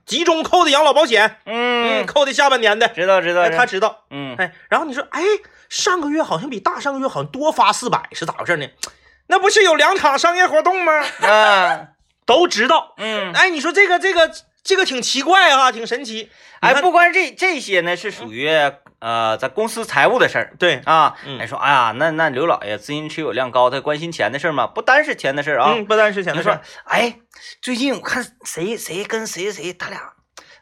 Speaker 2: 集中扣的养老保险，
Speaker 1: 嗯，
Speaker 2: 扣的下半年的，
Speaker 1: 知道知道
Speaker 2: 哎，，他哎知道。
Speaker 1: 嗯
Speaker 2: 哎，然后你说，哎，上个月好像比大上个月好像多发四百，是咋回事呢？那不是有两场商业活动吗？嗯
Speaker 1: 啊
Speaker 2: 都知道。
Speaker 1: 嗯，
Speaker 2: 哎，你说这个这个这个挺奇怪啊，挺神奇。你
Speaker 1: 哎，
Speaker 2: 看
Speaker 1: 不光这这些呢，是属于呃咱公司财务的事儿。
Speaker 2: 对，
Speaker 1: 啊，
Speaker 2: 嗯
Speaker 1: 还说，哎呀，那那刘老爷资金持有量高，他关心钱的事儿吗？不单是钱的事儿啊，
Speaker 2: 嗯，不单是钱
Speaker 1: 你
Speaker 2: 的事
Speaker 1: 说
Speaker 2: 儿，，
Speaker 1: 哎，最近我看谁谁跟谁谁，他俩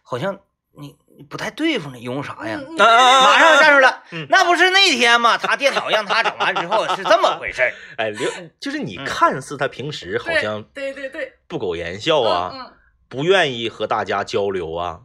Speaker 1: 好像你你不太对付呢，用啥哎呀？
Speaker 2: 啊
Speaker 3: 嗯嗯
Speaker 1: 马上站出来
Speaker 2: 嗯，
Speaker 1: 那不是那天吗？他电脑让他整完之后是这么回事儿。
Speaker 2: 哎，刘就是你
Speaker 1: 嗯
Speaker 2: 看似他平时好像
Speaker 3: 对对对，
Speaker 2: 不苟言笑啊，
Speaker 3: 嗯
Speaker 2: 不愿意和大家交流啊，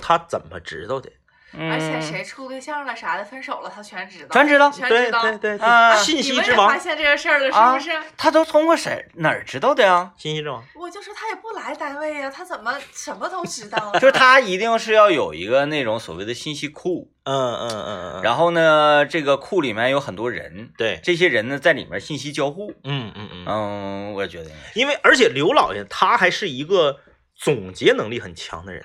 Speaker 2: 他怎么知道的？
Speaker 3: 嗯，而且
Speaker 1: 嗯
Speaker 3: 谁处对象了啥的，分手了，他全知道，
Speaker 1: 全知道
Speaker 3: 全
Speaker 2: 对
Speaker 3: 知道。
Speaker 2: 对对
Speaker 1: 啊
Speaker 2: 对，信
Speaker 3: 你
Speaker 2: 息
Speaker 3: 们
Speaker 2: 之
Speaker 3: 也
Speaker 2: 王啊
Speaker 3: 发，现这个事儿了，是不是？
Speaker 1: 他都通过谁哪儿知道的呀？
Speaker 2: 信息之王，
Speaker 3: 我就说他也不来单位呀、他怎么什么都知 道啊？
Speaker 1: 就是他一定是要有一个那种所谓的信息库，
Speaker 2: 嗯嗯嗯嗯，后
Speaker 1: 然后呢，这个库里面有很多人，
Speaker 2: 对，
Speaker 1: 这些人呢在里面信息交互。
Speaker 2: 嗯嗯嗯，
Speaker 1: 嗯，我也觉得应该是
Speaker 2: 因为而且刘老爷他还是一个总结能力很强的人。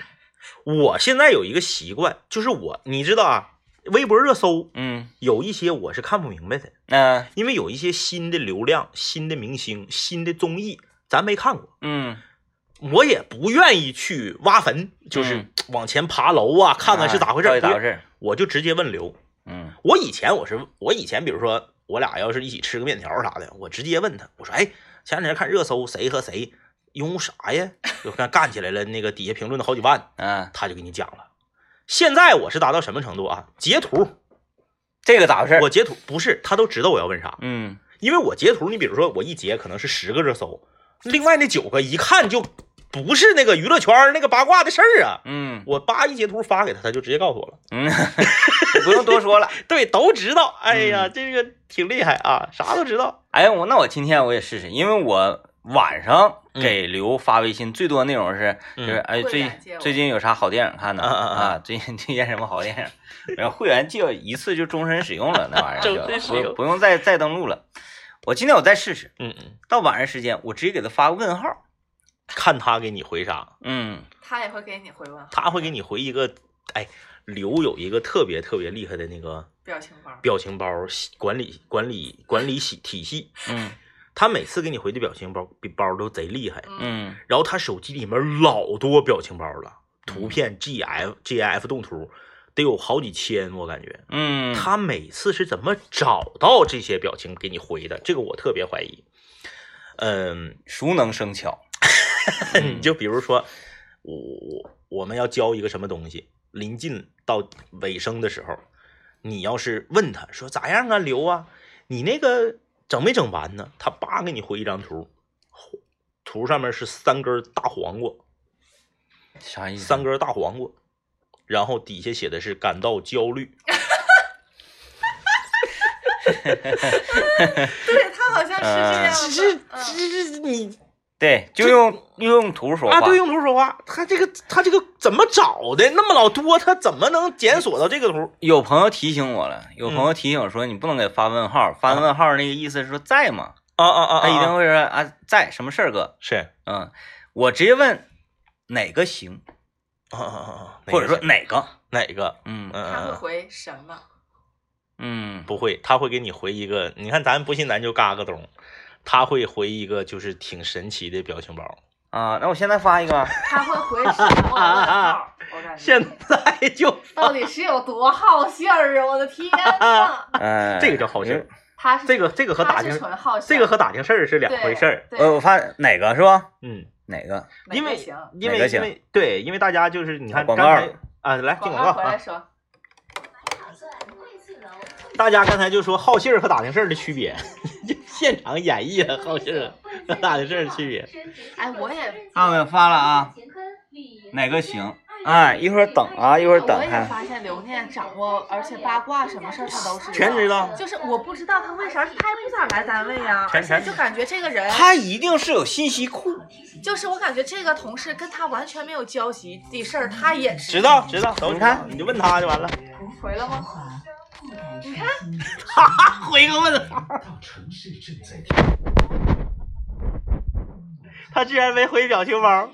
Speaker 2: 我现在有一个习惯，就是我你知道啊，微博热搜
Speaker 1: 嗯，
Speaker 2: 有一些我是看不明白的，
Speaker 1: 那
Speaker 2: 因为有一些新的流量、新的明星、新的综艺，咱没看过，
Speaker 1: 嗯
Speaker 2: 我也不愿意去挖坟，就是
Speaker 1: 嗯
Speaker 2: 往前爬楼啊，看看是咋回事
Speaker 1: 到底
Speaker 2: 儿。
Speaker 1: 咋回
Speaker 2: 不是
Speaker 1: 事儿？
Speaker 2: 我就直接问刘。
Speaker 1: 嗯
Speaker 2: 我以前我是我以前，比如说我俩要是一起吃个面条啥的，我直接问他，我说：“哎，前两天看热搜，谁和谁因为啥呀？ 就看干起来了，那个底下评论的好几万。
Speaker 1: 啊”，
Speaker 2: 他就给你讲了。现在我是达到什么程度啊？截图，
Speaker 1: 这个咋回事儿？
Speaker 2: 我截图不是他都知道我要问啥，
Speaker 1: 嗯
Speaker 2: 因为我截图，你比如说我一截可能是十个热搜，另外那九个一看就不是那个娱乐圈儿那个八卦的事儿啊。
Speaker 1: 嗯
Speaker 2: 我叭一截图发给他，他就直接告诉我了。
Speaker 1: 嗯， 不用多说了。
Speaker 2: 对，都知道。哎呀，这个挺厉害啊，啥都知道。
Speaker 1: 哎，我那我今天我也试试，因为我晚上给刘发微信最多的内容是，
Speaker 2: 嗯
Speaker 1: 就是哎
Speaker 3: 会
Speaker 1: 最
Speaker 3: 员借我
Speaker 1: 最近有啥好电影看呢？
Speaker 2: 啊啊啊
Speaker 1: 啊，最近推荐什么好电影？然后会员就一次就终身使用了，那玩意儿
Speaker 2: 终身使
Speaker 1: 就
Speaker 2: 用
Speaker 1: 不不用再再登录了。我今天我再试试，
Speaker 2: 嗯嗯，
Speaker 1: 到晚上时间我直接给他发个问号。
Speaker 2: 看他给你回啥，
Speaker 1: 嗯
Speaker 3: 他也会给你回问
Speaker 2: 他会给你回一个。哎，刘有一个特别特别厉害的那个
Speaker 3: 表情包。
Speaker 2: 表情包系管理管理管理系体系，
Speaker 1: 嗯
Speaker 2: 他每次给你回的表情包比包都贼厉害。
Speaker 3: 嗯，
Speaker 1: 嗯
Speaker 2: 然后他手机里面老多表情包了，图片 GF GIF 动图得有好几千，我感觉。
Speaker 1: 嗯，
Speaker 2: 他每次是怎么找到这些表情给你回的？这个我特别怀疑。嗯，
Speaker 1: 熟能生 巧。
Speaker 2: 你就比如说，我我我们要教一个什么东西，临近到尾声的时候，你要是问他说咋样啊，刘啊，你那个整没整完呢？他叭给你回一张图，图上面是三根大黄瓜，
Speaker 1: 啥意思？
Speaker 2: 三根大黄瓜，然后底下写的是感到焦虑。
Speaker 3: 对他好像是这样
Speaker 2: 这
Speaker 3: 的
Speaker 2: 这。这这你
Speaker 1: 对，就用用图说话。
Speaker 2: 啊，对，用图说话，他这个他这个怎么找的那么老多？他怎么能检索到这个图？
Speaker 1: 有朋友提醒我
Speaker 2: 嗯
Speaker 1: 了，有朋友提醒我说你不能给发问号，发问号那个意思是说在吗？
Speaker 2: 啊啊啊
Speaker 1: 他
Speaker 2: 他
Speaker 1: 一
Speaker 2: 一
Speaker 1: 定
Speaker 2: 定
Speaker 1: 会说啊在什么事儿哥，
Speaker 2: 是
Speaker 1: 嗯，我直接问哪个行，
Speaker 2: 啊啊啊啊，
Speaker 1: 或者说哪个，
Speaker 2: 哪个？
Speaker 1: 嗯
Speaker 2: 嗯
Speaker 3: 嗯他会
Speaker 2: 嗯，
Speaker 3: 回什么？
Speaker 1: 嗯
Speaker 2: 不会，他会给你回一个，你看咱不信，咱就嘎个咚，他会回一个就是挺神奇的表情 包。
Speaker 1: 啊，那我现在发一 个吧，
Speaker 3: 他会回什么？问号我感觉
Speaker 2: 在就
Speaker 3: 到底是有多好信儿啊！我的天 呐，
Speaker 1: 嗯，
Speaker 2: 这个叫好事儿，
Speaker 3: 他是
Speaker 2: 这个这个和打
Speaker 3: 他
Speaker 2: 听
Speaker 3: 是纯好信儿，
Speaker 2: 这个和打听事儿是两回事儿。
Speaker 3: 对，
Speaker 1: 呃，我发哪个是吧？
Speaker 2: 嗯，
Speaker 1: 哪个？
Speaker 3: 对
Speaker 2: 因为
Speaker 3: 哪个行
Speaker 2: 因
Speaker 1: 哪个
Speaker 2: 为
Speaker 1: 行
Speaker 2: 因为对，因为大家就是你看
Speaker 1: 广
Speaker 2: 刚
Speaker 1: 告
Speaker 2: 才啊，来进
Speaker 3: 广
Speaker 2: 广告
Speaker 3: 告回
Speaker 2: 啊
Speaker 3: 来。说，
Speaker 1: 啊
Speaker 2: 大家刚才就说好信儿和打听事儿的区别， 现场演绎了好信儿和打听事儿的区别。
Speaker 3: 哎，我也
Speaker 1: 啊，我发了啊，哪个行？哎，一会儿等啊，一会儿等
Speaker 3: 我也
Speaker 1: 看，
Speaker 3: 发现刘念掌握，而且八卦什么事儿他都知道，
Speaker 2: 全知道
Speaker 3: 就是我不知道他为啥，他也不咋来单位呀、
Speaker 2: 全
Speaker 3: 而且就感觉这个人，
Speaker 1: 他一定是有信息库，
Speaker 3: 就是我感觉这个同事跟他完全没有交集的事儿，他也知
Speaker 2: 知道知道，都知道
Speaker 1: 你看
Speaker 2: 你就问他就完了。
Speaker 3: 回了 吗？
Speaker 4: 你看，
Speaker 2: 回个啊问号，他居然没回表情包。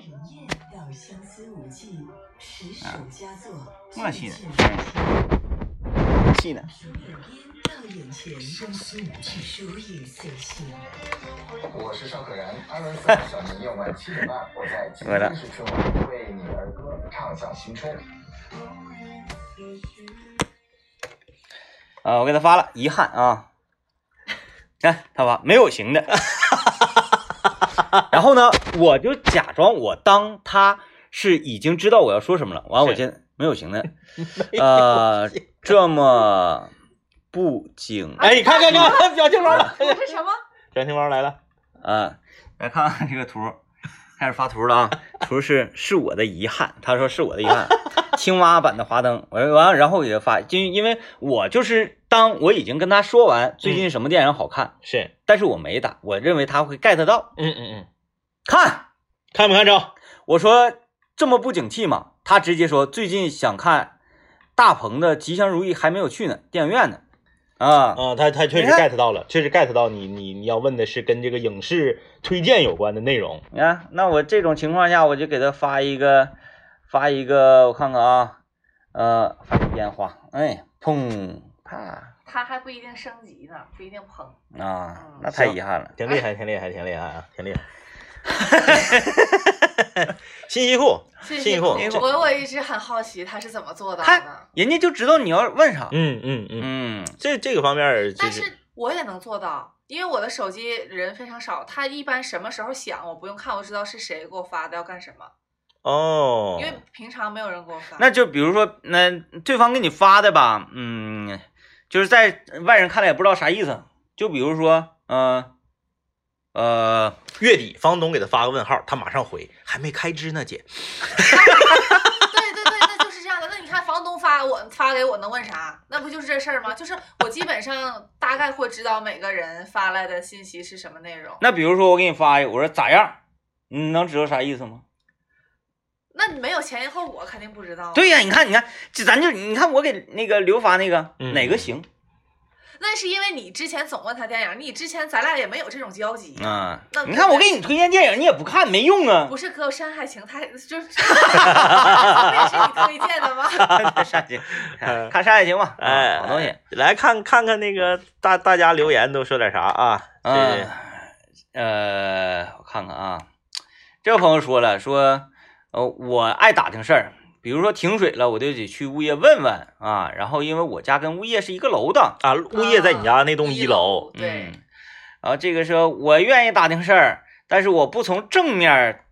Speaker 1: 默契呢气呢？
Speaker 5: 我是邵可然，二零四小时夜晚七点半，我在吉林市春晚为你儿歌唱响新春。
Speaker 1: 啊，我给他发了，遗憾啊。看他发没有行的，然后呢，我就假装我当他是已经知道我要说什么了，完了我
Speaker 2: 是
Speaker 1: 先没有型的，呃，这么不景
Speaker 2: 哎，你看看 看，表情包了，
Speaker 3: 这是什么？
Speaker 2: 表情包来了，
Speaker 1: 啊，来看看这个图，开始发图了啊。图是是我的遗憾，他说是我的遗憾，青蛙版的华灯。完完，然后我就发，就因为我就是当我已经跟他说完最近什么电影好看，
Speaker 2: 是，
Speaker 1: 但是我没打，我认为他会 get 到。
Speaker 2: 嗯嗯嗯，
Speaker 1: 看，
Speaker 2: 看没看着？啊
Speaker 1: 我说这么不景气嘛，他直接说最近想看大鹏的《吉祥如意》，还没有去呢，电影院呢。啊，
Speaker 2: 啊，他他确实
Speaker 1: 你看
Speaker 2: get 到了，确实 get 到你你你要问的是跟这个影视推荐有关的内容。
Speaker 1: 你看，那我这种情况下，我就给他发一个，发一个，我看看啊，呃，发个烟花，哎，砰，啪，
Speaker 3: 他还不一定升级呢，不一定捧。
Speaker 1: 啊，那太遗憾了。
Speaker 2: 挺厉害，挺厉害，挺厉害啊，挺厉害。 信息库，
Speaker 3: 谢
Speaker 2: 信
Speaker 3: 谢
Speaker 2: 息库
Speaker 1: 信息库
Speaker 3: 我我一直很好奇他是怎么做到
Speaker 1: 他
Speaker 3: 的，
Speaker 1: 人家就知道你要问啥，
Speaker 2: 嗯嗯嗯，
Speaker 1: 嗯
Speaker 2: 这这个方面儿就
Speaker 3: 但
Speaker 2: 是，
Speaker 3: 是我也能做到，因为我的手机人非常少，他一般什么时候响，我不用看，我知道是谁给我发的要干什么，
Speaker 2: 哦
Speaker 3: 因，为平常没有人给我发。
Speaker 1: 那就比如说，那对方给你发的吧，嗯，就是在外人看来也不知道啥意思。就比如说，嗯、呃，
Speaker 2: 月底房东给他发个问号，他马上回，还没开支呢，姐。
Speaker 3: 对对对，那就是这样的。那你看房东发我发给我能问啥？那不就是这事儿吗？就是我基本上大概会知道每个人发来的信息是什么内容。
Speaker 1: 那比如说我给你发一个，我说咋样，你能知道啥意思吗？
Speaker 3: 那你没有前因后果，肯定不知道啊。
Speaker 1: 对呀、你看，你看，这咱就你看我给那个刘发那个、
Speaker 2: 嗯
Speaker 1: 哪个行
Speaker 3: 那是因为你之前总问他电影，你之前咱俩也没有这种交集。
Speaker 2: 嗯
Speaker 1: 啊
Speaker 3: 那？
Speaker 1: 你看我给你推荐电影，你也不看，没用啊。
Speaker 3: 不是哥，《山海情》太就是， 那是你推荐的吗？
Speaker 1: 看山海情，看《山海情》吧，啊
Speaker 2: 哎，
Speaker 1: 好东西。，
Speaker 2: 来看看看那个大大家留言都说点啥啊？
Speaker 1: 嗯
Speaker 2: 这，
Speaker 1: 呃，我看看啊，这位朋友说了，说，呃，我爱打听事儿，比如说停水了，我就得去物业问问啊。然后因为我家跟物业是一个楼的，
Speaker 2: 啊，物业在你家那栋一楼，
Speaker 3: 对，
Speaker 1: 嗯，然后这个说我愿意打听事儿，但是我不从正面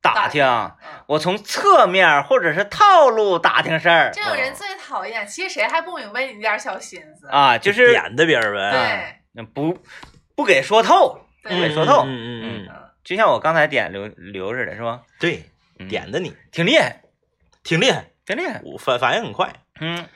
Speaker 1: 打
Speaker 3: 打
Speaker 1: 听，
Speaker 3: 嗯
Speaker 1: 我从侧面或者是套路打听事儿
Speaker 3: 这种人最讨厌。其实谁还不明白你点儿小心思？
Speaker 1: 啊，就
Speaker 2: 就是点的别人呗。
Speaker 1: 啊不不给说透，
Speaker 3: 对，
Speaker 1: 没
Speaker 2: 嗯
Speaker 1: 说透
Speaker 2: 嗯嗯嗯，
Speaker 1: 就像我刚才点刘刘似的，是吧？
Speaker 2: 对，
Speaker 1: 嗯
Speaker 2: 点的你
Speaker 1: 挺厉害，
Speaker 2: 挺厉害，
Speaker 1: 挺厉害，
Speaker 2: 我反反应很快。
Speaker 1: 嗯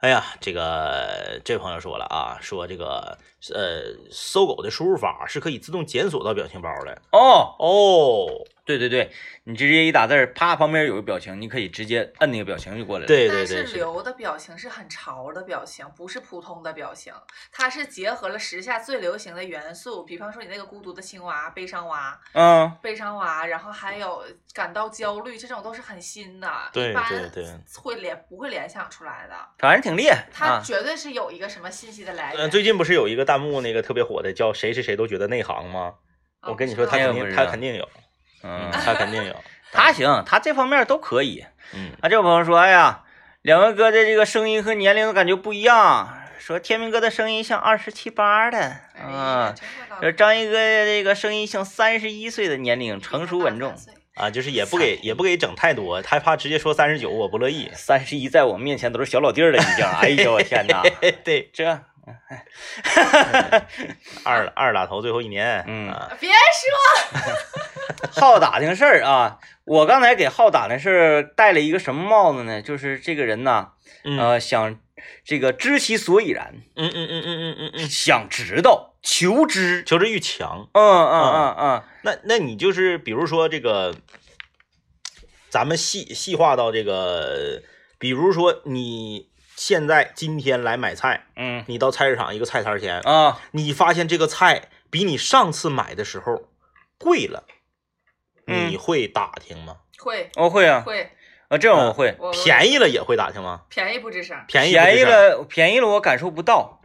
Speaker 2: 哎呀，这个这位朋友说了啊，说这个呃，搜狗的输入法是可以自动检索到表情包的
Speaker 1: 哦，
Speaker 2: 哦。
Speaker 1: 对对对，你直接一打字儿，啪，旁边有个表情，你可以直接摁那个表情就过来了。，
Speaker 2: 对对
Speaker 3: 但
Speaker 2: 对，
Speaker 3: 是
Speaker 2: 是
Speaker 3: 刘的表情是很潮的表情，不是普通的表情，它是结合了时下最流行的元素，比方说你那个孤独的青蛙、悲伤蛙、
Speaker 1: 嗯，
Speaker 3: 悲伤蛙，然后还有感到焦虑，这种都是很新的，
Speaker 2: 对
Speaker 3: 一般
Speaker 2: 对对
Speaker 3: 会联不会联想出来的，
Speaker 1: 反正挺厉害
Speaker 3: 它
Speaker 1: 啊。
Speaker 3: 绝对是有一个什么信息的来源。
Speaker 2: 呃，最近不是有一个弹幕那个特别火的叫“谁谁谁都觉得内行”吗？
Speaker 3: 啊
Speaker 2: 我跟你说，
Speaker 3: 不
Speaker 2: 他
Speaker 3: 知道
Speaker 2: 肯
Speaker 1: 不
Speaker 2: 定
Speaker 1: 知
Speaker 2: 他
Speaker 1: 道
Speaker 2: 肯定有，嗯，
Speaker 1: 嗯，
Speaker 2: 他肯 定有，
Speaker 1: 他行，他这方面都可以。
Speaker 2: 嗯，
Speaker 1: 啊，这位朋友说，哎呀，两位哥的这个声音和年龄都感觉不一样，说天明哥的声音像二十七八的，
Speaker 3: 哎
Speaker 1: 啊，
Speaker 3: 真的到
Speaker 1: 说张一哥的这个声音像三十一岁的年龄，成熟稳重
Speaker 3: 大。三岁
Speaker 2: 啊，就是也不给也不给整太多，害怕直接说三十九，我不乐意。
Speaker 1: 三十一在我面前都是小老弟儿了，已经。哎呦我天哪，
Speaker 2: 对，
Speaker 1: 这
Speaker 2: 二二打头最后一年，
Speaker 1: 嗯
Speaker 2: 啊，
Speaker 3: 呃别说
Speaker 1: 好打听事儿啊！我刚才给好打听事儿戴了一个什么帽子呢？就是这个人呐，
Speaker 2: 嗯
Speaker 1: 呃，想这个知其所以然，
Speaker 2: 嗯嗯嗯嗯嗯嗯嗯，
Speaker 1: 想知道，求知。
Speaker 2: 求知欲强。
Speaker 1: 嗯嗯嗯
Speaker 2: 那那你就是比如说这个，咱们细细化到这个，比如说你现在今天来买菜，
Speaker 1: 嗯
Speaker 2: 你到菜市场一个菜摊儿前，
Speaker 1: 嗯啊，
Speaker 2: 你发现这个菜比你上次买的时候贵了，
Speaker 1: 嗯
Speaker 2: 你会打听吗？
Speaker 3: 会
Speaker 1: 我会啊，
Speaker 3: 会
Speaker 1: 啊，这种我会。
Speaker 3: 我
Speaker 2: 便宜了也会打听吗？
Speaker 3: 便宜不吱声，
Speaker 2: 便宜不
Speaker 1: 便宜
Speaker 2: 吱声，
Speaker 1: 了，便宜了，我感受不到。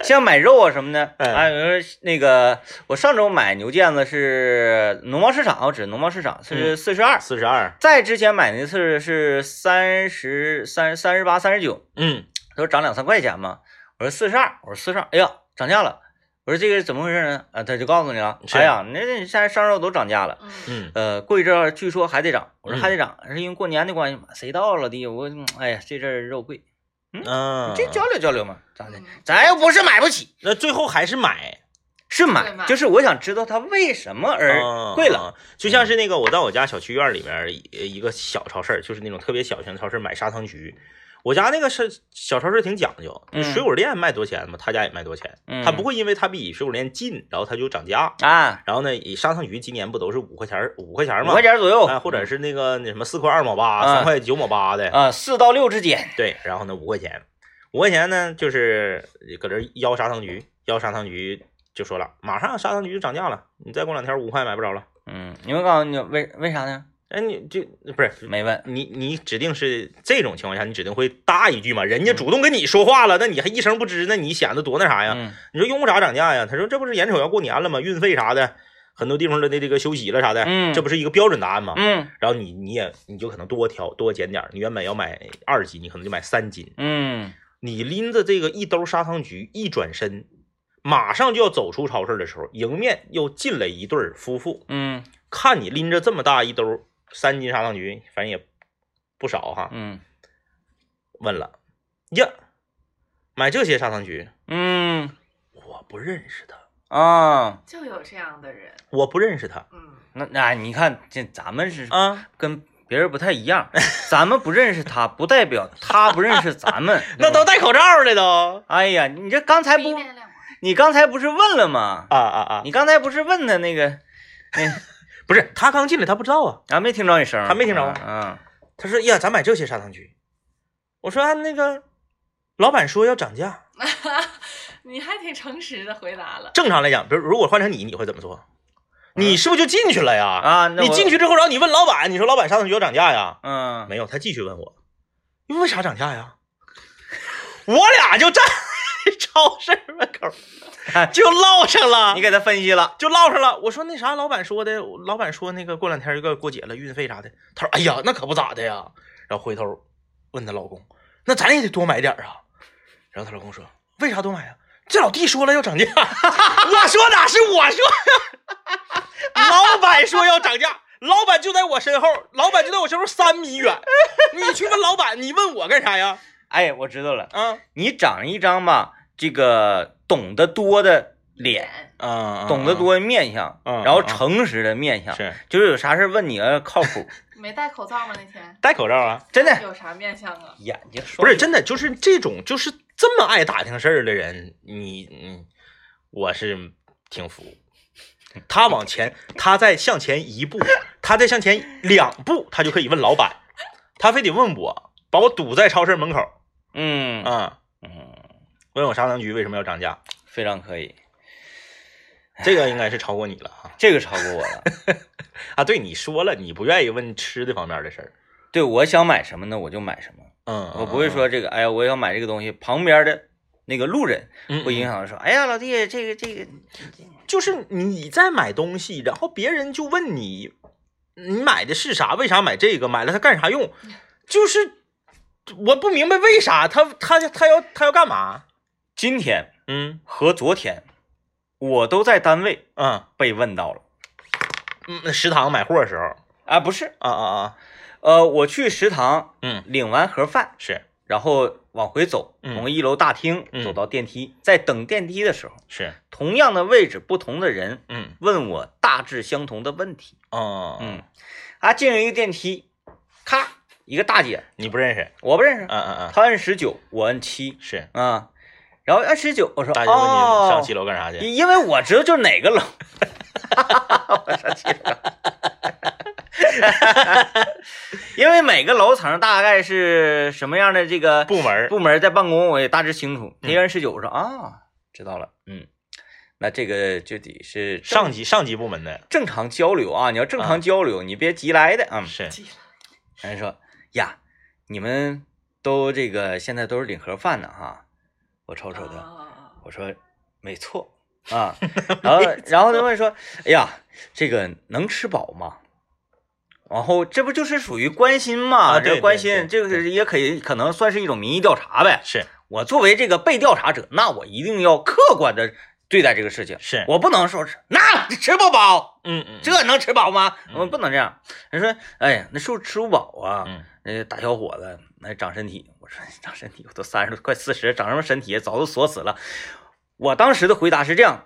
Speaker 1: 像买肉啊什么的，
Speaker 2: 哎
Speaker 1: 哎，我说那个，我上周买牛腱子是农贸市场，我指农贸市场是四十二，
Speaker 2: 四十二，
Speaker 1: 在之前买那次是三十三、三十八、三十九，
Speaker 2: 嗯
Speaker 1: 都涨两三块钱嘛。我说四十二，我说四十二，哎呀，涨价了。我说这个怎么回事呢？啊，他就告诉你了，
Speaker 2: 是
Speaker 1: 哎呀，那那现在商肉都涨价了，
Speaker 3: 嗯，
Speaker 2: 嗯，
Speaker 1: 呃，过一阵儿据说还得涨。我说
Speaker 2: 嗯
Speaker 1: 还得涨，是因为过年的关系嘛？谁到了的？我哎呀，这阵儿肉贵，
Speaker 2: 嗯，
Speaker 1: 这交流交流嘛，咋的
Speaker 3: 嗯？
Speaker 1: 咱又不是买不起，
Speaker 2: 那最后还是买
Speaker 1: 是
Speaker 3: 对
Speaker 1: 买，
Speaker 3: 买
Speaker 1: 就是我想知道它为什么而
Speaker 2: 嗯
Speaker 1: 贵了。
Speaker 2: 嗯就像是那个我在我家小区院里边儿一一个小超市儿，就是那种特别小型的超市，买砂糖橘。我家那个是小超市挺讲究，
Speaker 1: 嗯
Speaker 2: 水果店卖多少钱嘛，他家也卖多少钱，
Speaker 1: 嗯
Speaker 2: 他不会因为他比水果店近，然后他就涨价。
Speaker 1: 啊，
Speaker 2: 然后呢，以砂糖橘今年不都是五块钱儿五块钱儿
Speaker 1: 五
Speaker 2: 嘛，
Speaker 1: 块钱左右
Speaker 2: 哎，或者是那个那什么四块二毛八、
Speaker 1: 嗯
Speaker 2: 三块九毛八的，
Speaker 1: 啊，四到六之间。
Speaker 2: 对，然后呢五块钱，五块钱呢就是搁这儿邀砂糖橘，邀砂糖橘就说了，马上砂糖橘就涨价了，你再过两天五块买不着了。
Speaker 1: 嗯，你们告诉你为为啥呢？
Speaker 2: 哎，你这不是
Speaker 1: 没问。
Speaker 2: 你你指定是这种情况下，你指定会搭一句嘛，
Speaker 1: 嗯
Speaker 2: 人家主动跟你说话了，那你还一声不吱，那你显得多那哎啥呀？
Speaker 1: 嗯
Speaker 2: 你说用不着涨价呀？他说这不是眼瞅要过年了吗？运费啥的，很多地方的那这个休息了啥的，
Speaker 1: 嗯
Speaker 2: 这不是一个标准答案吗？
Speaker 1: 嗯
Speaker 2: 然后你你也你就可能多挑多减点儿，你原本要买二斤，你可能就买三斤。
Speaker 1: 嗯，
Speaker 2: 你拎着这个一兜砂糖橘，一转身，马上就要走出超市的时候，迎面又进来一对儿夫妇，
Speaker 1: 嗯
Speaker 2: 看你拎着这么大一兜三斤砂糖橘，反正也不少哈，
Speaker 1: 嗯
Speaker 2: 问了呀，买这些砂糖橘，
Speaker 1: 嗯
Speaker 2: 我不认识他，
Speaker 1: 啊，
Speaker 3: 就有这样的人，
Speaker 2: 我不认识他
Speaker 3: 嗯，
Speaker 1: 那那你看这咱们是
Speaker 2: 啊，。
Speaker 1: 跟别人不太一样，咱们不认识他，不代表他不认识咱们
Speaker 2: 那都戴口罩了都，
Speaker 1: 哎呀，你这刚才
Speaker 3: 逼
Speaker 1: 不，
Speaker 3: 面亮光
Speaker 1: 你刚才不是问了吗？
Speaker 2: 啊啊啊，
Speaker 1: 你刚才不是问的那个，
Speaker 2: 不是他刚进来他不知道啊，
Speaker 1: 啊，没听着你声儿，
Speaker 2: 他没听着
Speaker 1: 啊，
Speaker 2: 他说哎呀，咱买这些砂糖橘，我说、啊、那个老板说要涨价，
Speaker 3: 你还挺诚实的回答了，
Speaker 2: 正常来讲，比如如果换成你，你会怎么做？你是不是就进去了呀？
Speaker 1: 啊那我
Speaker 2: 你进去之后，然后你问老板，你说老板砂糖橘要涨价呀？
Speaker 1: 嗯
Speaker 2: 没有，他继续问我，你为啥涨价呀？我俩就站 超市门口
Speaker 1: 嗯，
Speaker 2: 就唠上了
Speaker 1: 你，给他分析了，
Speaker 2: 就唠上了。我说那啥，老板说的，老板说那个过两天就要过节了，运费啥的。他说哎呀，那可不咋的呀。然后回头问她老公，那咱也得多买点儿啊。然后她老公说，为啥多买呀、啊这老弟说了要涨价， 我说哪是我说呀， 老板说要涨价，老板就在我身后，老板就在我身后三米远，你去问老板，你问我干啥呀？
Speaker 1: 哎，我知道了，
Speaker 2: 啊
Speaker 1: 你长一张吧，这个懂得多的脸，
Speaker 2: 啊
Speaker 1: 懂得多的面相，
Speaker 2: 嗯嗯
Speaker 1: 然后
Speaker 2: 嗯
Speaker 1: 诚实的面相，
Speaker 2: 是
Speaker 1: 就是有啥事儿问你要靠谱，
Speaker 3: 没戴口罩吗？那天
Speaker 2: 戴口罩啊。
Speaker 1: 真的
Speaker 3: 有啥面相啊？
Speaker 1: 眼睛
Speaker 2: 不是真的，就是这种就是这么爱打听事儿的人，你你我是挺服。他往前，他再向前一步，他再向前两步，他就可以问老板，他非得问我，把我堵在超市门口
Speaker 1: 嗯
Speaker 2: 啊、
Speaker 1: 嗯，
Speaker 2: 问我砂糖橘为什么要涨价，
Speaker 1: 非常可以，
Speaker 2: 这个应该是超过你了啊
Speaker 1: 这个超过我 了。
Speaker 2: 啊！对，你说了，你不愿意问吃的方面的事儿，
Speaker 1: 对，我想买什么呢，我就买什么，
Speaker 2: 嗯，
Speaker 1: 我不会说这个，哎呀，我要买这个东西，旁边的那个路人
Speaker 2: 不
Speaker 1: 会影响说，哎呀，老弟，这个这个，
Speaker 2: 就是你在买东西，然后别人就问你，你买的是啥？为啥买这个？买了它干啥用？ 就是我不明白为啥他他他要他要干嘛？
Speaker 1: 今天
Speaker 2: 嗯
Speaker 1: 和昨天我都在单位
Speaker 2: 啊
Speaker 1: 被问到了
Speaker 2: 嗯，食堂买货的时候
Speaker 1: 啊，不是，
Speaker 2: 啊啊啊，
Speaker 1: 呃，我去食堂
Speaker 2: 嗯
Speaker 1: 领完盒饭，
Speaker 2: 是
Speaker 1: 然后往回走，
Speaker 2: 嗯
Speaker 1: 从一楼大厅
Speaker 2: 嗯
Speaker 1: 走到电梯，在等电梯的时候，
Speaker 2: 是
Speaker 1: 同样的位置，不同的人
Speaker 2: 嗯
Speaker 1: 问我大致相同的问题。
Speaker 2: 哦，
Speaker 1: 嗯，啊，进了一个电梯，咔，一个大姐，
Speaker 2: 你不认识？
Speaker 1: 我不认识，
Speaker 2: 嗯嗯嗯，
Speaker 1: 她按十九，我按七，
Speaker 2: 是
Speaker 1: 啊，然后按十九，我说
Speaker 2: 大姐问你上
Speaker 1: 哦
Speaker 2: 七，楼干啥去？
Speaker 1: 因因为我知道就是哪 个楼，我上七楼，因为每个楼层大概是什么样的这个
Speaker 2: 部门儿
Speaker 1: 部门在办公，我也大致清楚。
Speaker 2: 嗯
Speaker 1: 一个人十九，我说啊，知道了，嗯，那这个就得是正
Speaker 2: 上级上级部门的
Speaker 1: 正常交流啊，你要正
Speaker 2: 啊
Speaker 1: 常交流，你别急来的啊。
Speaker 2: 是
Speaker 3: 急了，
Speaker 1: 人家说呀，你们都这个现在都是领盒饭呢哈，我瞅瞅他，
Speaker 3: 啊
Speaker 1: 我说没错啊，然后然后他们说，哎呀，这个能吃饱吗？然后这不就是属于关心嘛？
Speaker 2: 啊
Speaker 1: 这
Speaker 2: 对
Speaker 1: 个关
Speaker 2: 对
Speaker 1: 心，
Speaker 2: 对
Speaker 1: 这个也可以可能算是一种民意调查呗。
Speaker 2: 是
Speaker 1: 我作为这个被调查者，那我一定要客观的对待这个事情。
Speaker 2: 是，
Speaker 1: 我不能说是那吃不饱，
Speaker 2: 嗯嗯，
Speaker 1: 这能吃饱吗？
Speaker 2: 嗯
Speaker 1: 我们不能这样。人说，哎呀，那是不是吃不饱啊？
Speaker 2: 嗯
Speaker 1: 那大小伙子那长身体，我说长身体，我都三十多快四十，长什么身体？啊早都锁死了。我当时的回答是这样，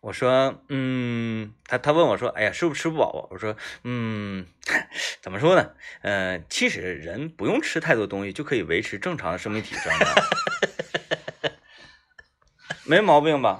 Speaker 1: 我说，嗯，他他问我说，哎呀，是不是吃不饱啊？我说，嗯， 怎么说呢？呃，其实人不用吃太多东西就可以维持正常的生命体状态， 没毛病吧？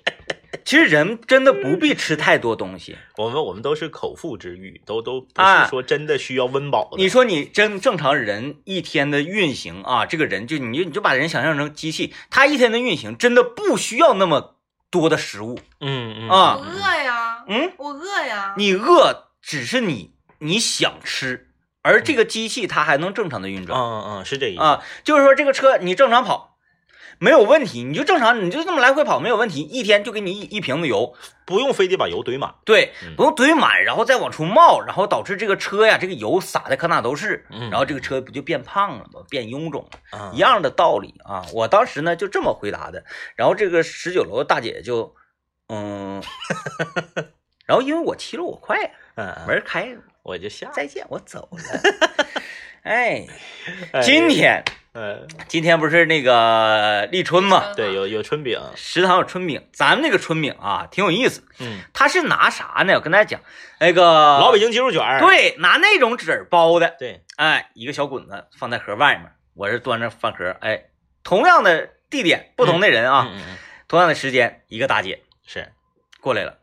Speaker 1: 其实人真的不必吃太多东西。
Speaker 2: 我们我们都是口腹之欲，都都不
Speaker 1: 哎
Speaker 2: 是说真的需要温饱的。
Speaker 1: 你说你真正常人一天的运行啊，这个人就你就你就把人想象成机器，他一天的运行真的不需要那么多的食物
Speaker 2: 嗯嗯
Speaker 1: 啊
Speaker 3: 我饿呀，
Speaker 1: 嗯，
Speaker 3: 我饿呀，
Speaker 1: 你饿只是你你想吃，而这个机器它还能正常的运
Speaker 2: 嗯
Speaker 1: 转
Speaker 2: 嗯嗯，是这意思。
Speaker 1: 啊，就是说这个车你正常跑。没有问题，你就正常，你就这么来回跑没有问题，一天就给你一一瓶子油，
Speaker 2: 不用非得把油怼满。
Speaker 1: 对
Speaker 2: 嗯，
Speaker 1: 不用堆满，然后再往出冒，然后导致这个车呀，这个油洒的可哪都是，
Speaker 2: 嗯
Speaker 1: 然后这个车不就变胖了吗？变臃肿了。
Speaker 2: 啊
Speaker 1: 一样的道理啊。我当时呢就这么回答的，然后这个十九楼大姐就，嗯， 然后因为我骑了我快，啊
Speaker 2: 嗯，嗯
Speaker 1: 门开，
Speaker 2: 我就下。
Speaker 1: 再见，我走了。 哎，
Speaker 2: 哎
Speaker 1: 今天
Speaker 2: 呃，
Speaker 1: 今天不是那个立春吗？
Speaker 2: 对，有有春饼，
Speaker 1: 食堂有春饼，咱们那个春饼啊挺有意思，
Speaker 2: 嗯，
Speaker 1: 它是拿啥呢？我跟大家讲，那个
Speaker 2: 老北京鸡肉卷儿。
Speaker 1: 啊
Speaker 2: 嗯
Speaker 1: 对，拿那种纸儿包的，
Speaker 2: 对，
Speaker 1: 哎，一个小滚子放在盒外面，我是端着饭盒，哎，同样的地点，不同的人啊，
Speaker 2: 嗯嗯嗯
Speaker 1: 同样的时间，一个大姐
Speaker 2: 是，
Speaker 1: 过来了，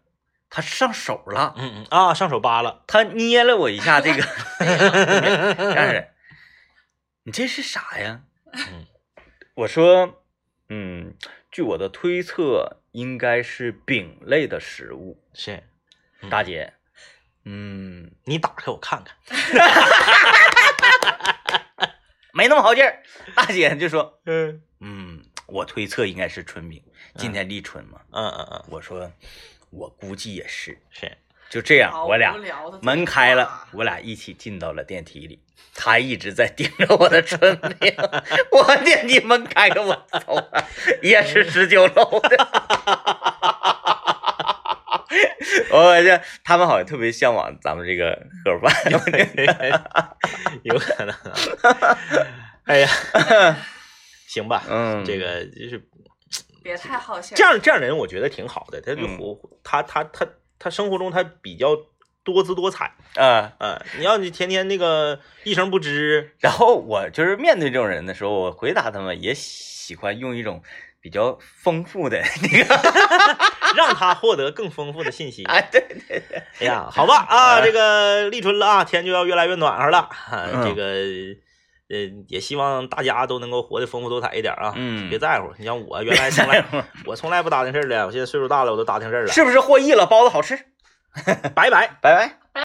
Speaker 1: 她上手了，
Speaker 2: 嗯嗯啊，上手扒了，
Speaker 1: 她捏了我一下 这个，但是你这是啥呀？
Speaker 2: 嗯
Speaker 1: 我说，嗯，据我的推测，应该是饼类的食物。
Speaker 2: 是嗯
Speaker 1: 大姐，嗯，
Speaker 2: 你打开我看看。
Speaker 1: 没那么好劲儿。大姐就说，
Speaker 2: 嗯
Speaker 1: 嗯，我推测应该是春饼，今天立春嘛。
Speaker 2: 嗯嗯嗯，
Speaker 1: 我说，我估计也是。
Speaker 2: 是，
Speaker 1: 就这样，
Speaker 3: 好
Speaker 1: 我俩
Speaker 3: 无聊的
Speaker 1: 门
Speaker 3: 对
Speaker 1: 开了
Speaker 3: 话，啊
Speaker 1: 我俩一起进到了电梯里。他一直在盯着我的春饼，我电梯门开了，我走了，也是十九楼的。 我这他们好像特别向往咱们这个盒 饭。
Speaker 2: 有可能啊。哎呀，行吧，
Speaker 1: 嗯，
Speaker 2: 这个就是
Speaker 3: 别太好心儿。
Speaker 2: 这样这样的人，我觉得挺好的。他就
Speaker 1: 嗯
Speaker 2: 活，他他他他生活中他比较多姿多彩。
Speaker 1: 啊、
Speaker 2: 嗯，你要你天天那个一声不吱，
Speaker 1: 然后我就是面对这种人的时候，我回答他们也喜欢用一种比较丰富的那个，
Speaker 2: 让他获得更丰富的信息
Speaker 1: 。哎，对对对。
Speaker 2: 哎呀，好吧啊，这个立春了啊，天就要越来越暖和了。啊、这
Speaker 1: 嗯
Speaker 2: 个呃，也希望大家都能够活得丰富多彩一点啊。
Speaker 1: 嗯
Speaker 2: 别在乎。你像我原来从来我从来不打听事儿的，我现在岁数大了，我都打听事儿了。
Speaker 1: 是不是获益了？包子好吃，
Speaker 2: 拜拜。
Speaker 1: 拜拜。